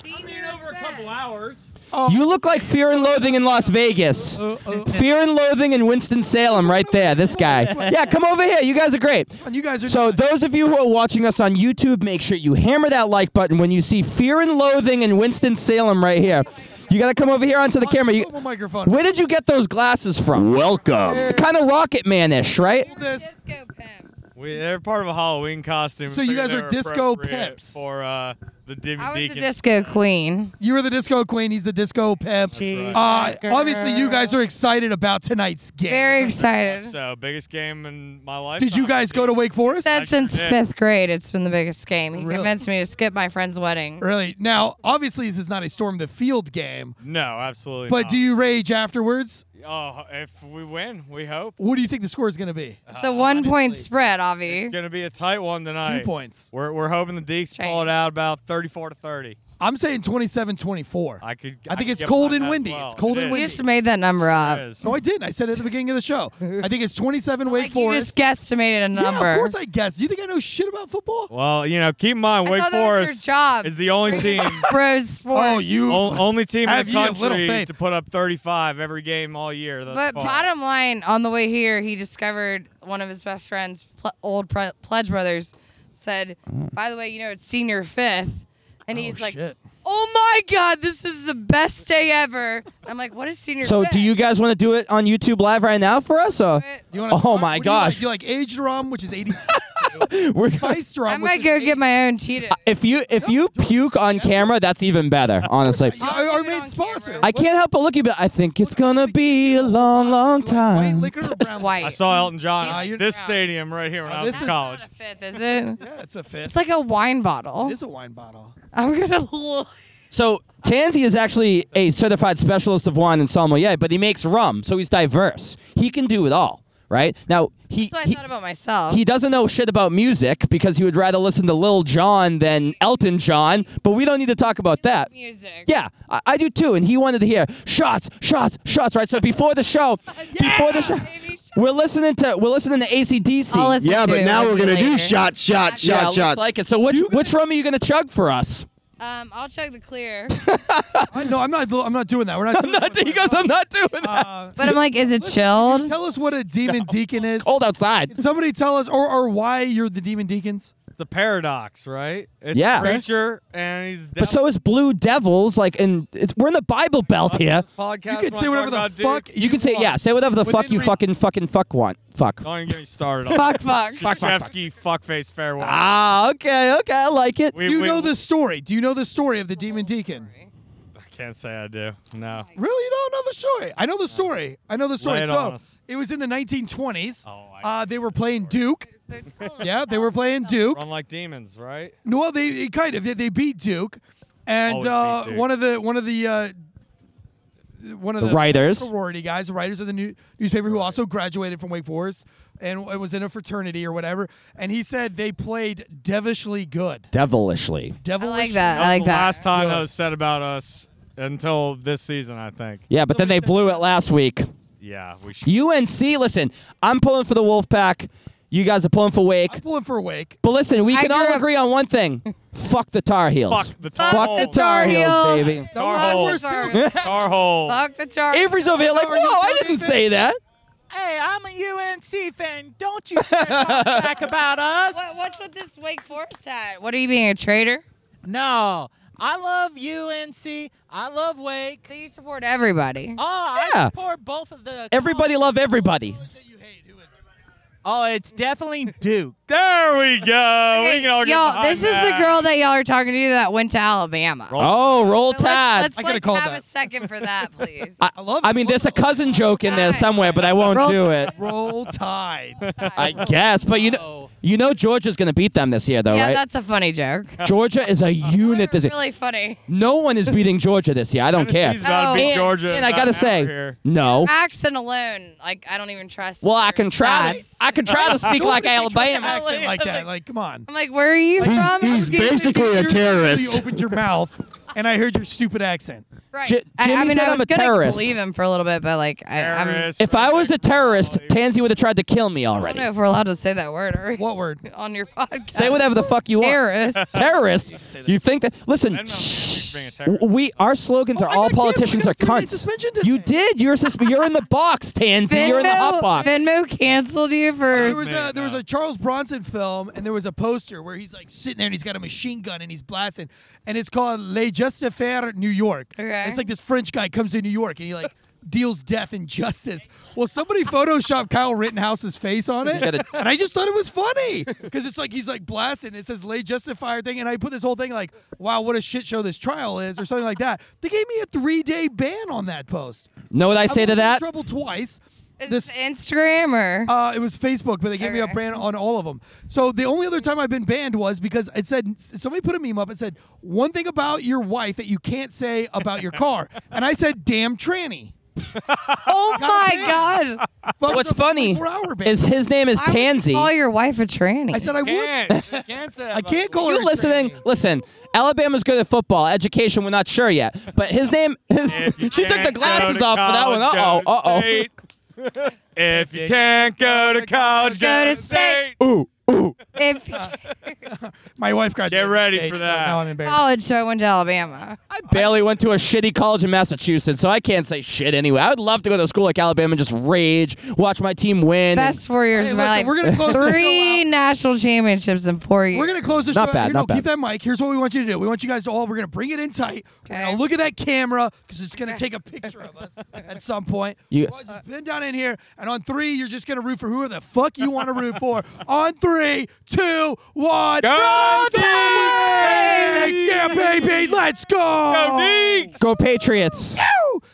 hours.
You look like Fear and Loathing in Las Vegas.
Uh,
Fear and Loathing in Winston-Salem, right there. This guy. Yeah, come over here. You guys are great.
And you guys are
So
not.
those of you who are watching us on YouTube, make sure you hammer that like button when you see Fear and Loathing in Winston-Salem right here. You gotta come over here onto the camera. You,
Mobile microphone.
where did you get those glasses from?
Welcome.
Kind of Rocket Man-ish, right?
this.
Disco pimps.
We, they're part of a Halloween costume.
So you
Figured
guys
they
are
were
disco
appropriate
pimps.
for uh, the dim
I was a
deacon.
disco queen.
You were the disco queen. He's the disco pimp.
That's
Uh,
right.
obviously, you guys are excited about tonight's game.
Very excited.
so biggest game in my life.
did you guys go to Wake Forest?
Said since
did.
fifth grade, it's been the biggest game. He
Really?
convinced me to skip my friend's wedding.
Really? Now, obviously, this is not a storm the field game,
No, absolutely.
but
not.
do you rage afterwards?
Oh, if we win, we hope
What do you think the score is going to be?
It's a one point spread, Avi.
Ah, it's gonna be a tight one tonight.
Two points.
We're, we're hoping the Deeks pull
Change.
it out about 34 to 30.
I'm saying 27 24.
I could.
I think
could
it's
get
cold and
behind that as
windy.
well.
It's cold
It
and
You
windy.
is.
just made that number up.
It is.
No, I didn't. I said it at the beginning of the show. I think it's 27 Wake
Like you
Forest.
just guesstimated a number.
Yeah, of course I guess. Do you think I know shit about football?
Well, you know, keep in mind,
I
Wake
thought that was your
Forest
job.
is the only team, Oh,
Bros sports.
you.
o- only team in
Have
the
ye of little
country
faith.
to put up 35 every game all year. thus
But
far.
bottom line, on the way here, he discovered one of his best friends, pl- old pre- Pledge Brothers, said,
Oh.
"By the way, you know it's senior fifth. and he's like,
shit.
"Oh my God, this is the best day ever." I'm like, "What is senior?"
So
fifth?
do you guys want to do it on YouTube live right now for us? Or?
You wanna-
Oh
what
my
do you like?
gosh.
You like, aged rum, which is 86.
We're,
Spice rum.
I
which
might
is
go
80.
get my own tea. today.
if you if you puke on camera, that's even better, honestly.
Our,
I'll
our
do it
main
on
sponsor.
camera.
I can't help but look at you, but I think it's gonna be a long, long
Like white
time.
liquor or brown liquor?
White.
I saw Elton John
Ah,
at
you're-
Uh, this
Brown.
stadium right here when I
this
was
That's
in
is-
college.
not a fifth, is it?
Yeah, it's a fifth.
It's like a wine bottle.
it is a wine bottle.
I'm gonna. look.
So Tansy is actually a certified specialist of wine and sommelier, but he makes rum, so he's diverse. He can do it all, right? Now he
That's what I
he,
thought about myself.
he doesn't know shit about music because he would rather listen to Lil Jon than Elton John. But we don't need to talk about that.
Music.
Yeah, I, I do too. And he wanted to hear shots, shots, shots. Right. So before the show, before the show,
baby, shots.
we're listening to we're listening to ACDC.
I'll listen
Yeah,
to
but
it
now we're
with you
gonna do
later.
shot, shot,
yeah,
shot,
looks
shots.
like it. So which which rum are you gonna chug for us?
Um, I'll chug the clear.
I, no, I'm not. I'm not doing that. We're not. Doing that. Uh,
he goes, I'm not doing that.
But I'm like, is it chilled?
Tell us what a demon deacon is.
Cold outside.
Somebody tell us, or, or why you're the demon deacons.
It's a paradox, right? It's
Yeah.
a preacher and he's
But so is Blue Devils. Like, and it's we're in the Bible Belt here.
podcast.
You can
when
say
I
whatever the
talk about
fuck.
Duke.
You can say yeah. Say whatever the fuck
Within
you
reason.
fucking fucking fuck want. Fuck.
Don't even get me started. on
fuck, fuck.
fuck, fuckface farewell.
Ah, okay, okay, I like it.
we,
Do you
we-
know the story? Do you know the story of the demon deacon?
I can't say I do.
Oh
No.
Really, you don't know the story? I know the story. I know the story.
Lay it
so
on us.
it was in the 1920s.
Oh, I-
uh, they were playing Duke. Yeah, they were playing Duke.
Run like demons, right?
No, well, they, they kind of they, they beat Duke, and
Always beat
uh,
Duke.
one of the one of the uh, one of
The
the,
writers.
sorority guys, the writers of the new, newspaper who also graduated from Wake Forest and w- was in a fraternity or whatever, and he said they played devilishly good.
Devilishly.
I
Devilish.
like that. I
was
like
the
that.
Last time
Good.
that was said about us until this season, I think.
Yeah, but then they blew it last week.
Yeah, we should.
UNC, listen, I'm pulling for the Wolfpack. You guys are pulling for Wake.
I'm pulling for Wake.
But listen, we
I
can all
grew up-
agree on one thing. Fuck the Tar Heels.
Fuck the
Fuck
tar hole.
the Tar Heels, baby.
Tar
Fuck
hole.
the Tar
Hey,
Heels.
Tar hole.
Fuck the Tar
Avery's over here like, whoa, I didn't say that.
I'm a UNC fan. Don't you dare talk back about us.
What, what's with this Wake Forest hat? What are you being a traitor?
No, I love UNC. I love Wake.
So you support everybody.
Oh,
Yeah.
I support both of the.
Oh.
Oh.
Everybody love everybody.
who is it?
Oh, it's definitely Duke.
There we go. we can all get
y'all,
behind
this is the
that.
girl that y'all are talking to that went to Alabama.
Oh, roll
So
tide.
Let's, let's
I could've
like
called
have
that.
a second for that, please.
I love.
I mean, there's a cousin joke in there
Tide.
somewhere, but I won't
Roll
do it.
roll tide.
I guess, but you
Oh.
know, you know Georgia's going to beat them this year, though,
yeah,
right?
that's a funy joke.
Georgia is a unit this year.
really funny.
No one is beating Georgia this year. I don't care.
Tennessee's about to beat
Oh.
Georgia.
And I
not
gotta
out
say,
here.
no.
Accent alone, like I don't even trust.
Well, I
your
can try. To,
spouse.
I can try to speak like Alabama.
Accent like that. Like, come on.
I'm like, where are you from?
he's
I'm confused.
basically a
You
terrorist.
opened your mouth, and I heard your stupid accent.
Right.
J-
I, I
Jimmy
mean,
said
I
I'm
was
a
gonna
terrorist.
believe him for a little bit, but like, I, I'm, I
Terrorist,
If I was a terrorist,
Oh,
Tansy would have tried to kill me
don't
already.
know if we're allowed to say that word or
What word?
on your podcast.
Say whatever the fuck you want.
Terrorist.
Terrorist. You think that? Listen,
Venmo is being a terrorist.
we our slogans are
I
all
got
politicians are
canceled. I got three-day
cunts.
suspension
You
today.
did. You're sus- You're in the box, Tansy. You're in the hot
Venmo,
box.
Venmo canceled you
There
for.
was a
minute
there was
now.
a Charles Bronson film, and there was a poster where he's like sitting there and he's got a machine gun and he's blasting, and it's called Les Justifier New York.
Okay.
It's like this French guy comes to New York and he like deals death and justice. Well, somebody photoshopped Kyle Rittenhouse's face on it,
got a-
and I just thought it was funny because it's like he's like blasting. and It says Les Justifier thing, and I put this whole thing like, wow, what a shit show this trial is, or something like that. They gave me a three day ban on that post.
Know what I say
I've been
to
in
that?
trouble twice.
Is
This-
this Instagram
Oh,
or?
uh, it was Facebook, but they gave me a
Okay.
ban on all of them. So the only other time I've been banned was because it said somebody put a meme up and said one thing about your wife that you can't say about your car, and I said, "Damn tranny."
oh my God!
Fuck
What's
the
funny
24-hour ban.
is his name is
I would
Tansy.
Call your wife a tranny.
I said I would.
Can't. You can't say that
I
about
can't
the
call her.
You
a
listening?
tranny.
Listen, Alabama's good at football. Education, we're not sure yet. But his name,
If you
she took
can't
the
go
glasses
to
off for that one. Uh
college, go
oh, uh
to state. if you can't go to college, go, to state.
oh. Ooh, ooh.
if
My wife graduated.
Get ready
at
for
eight, so
that.
now I'm embarrassed.
Oh,
college show I went to Alabama.
I barely went to a shitty college in Massachusetts, so I can't say shit anyway. I would love to go to a school like Alabama and just rage, watch my team win. and-
Best four years
Hey,
of my
listen,
life.
we're gonna close the show
Three
out.
national championships in four years.
We're gonna close this
Not
show.
bad,
Here,
not
no, Keep
bad.
that mic. Here's what we want you to do. We want you guys to all. We're gonna bring it in tight. We're
Okay.
gonna look at that camera because it's gonna take a picture of us at some point.
You-
Well, just bend down in here, and on three, you're just gonna root for whoever the fuck you want to root for. On three, two, one.
Go
Dolphins! Yeah, baby, let's go.
Go Deeks!
Go Patriots.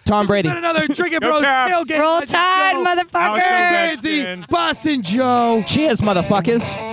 Tom Brady.
Got another drinking
Go
bros
Caps.
tailgate.
Roll
Let's
Tide,
go.
motherfucker.
Crazy Boston Joe.
Cheers, motherfuckers.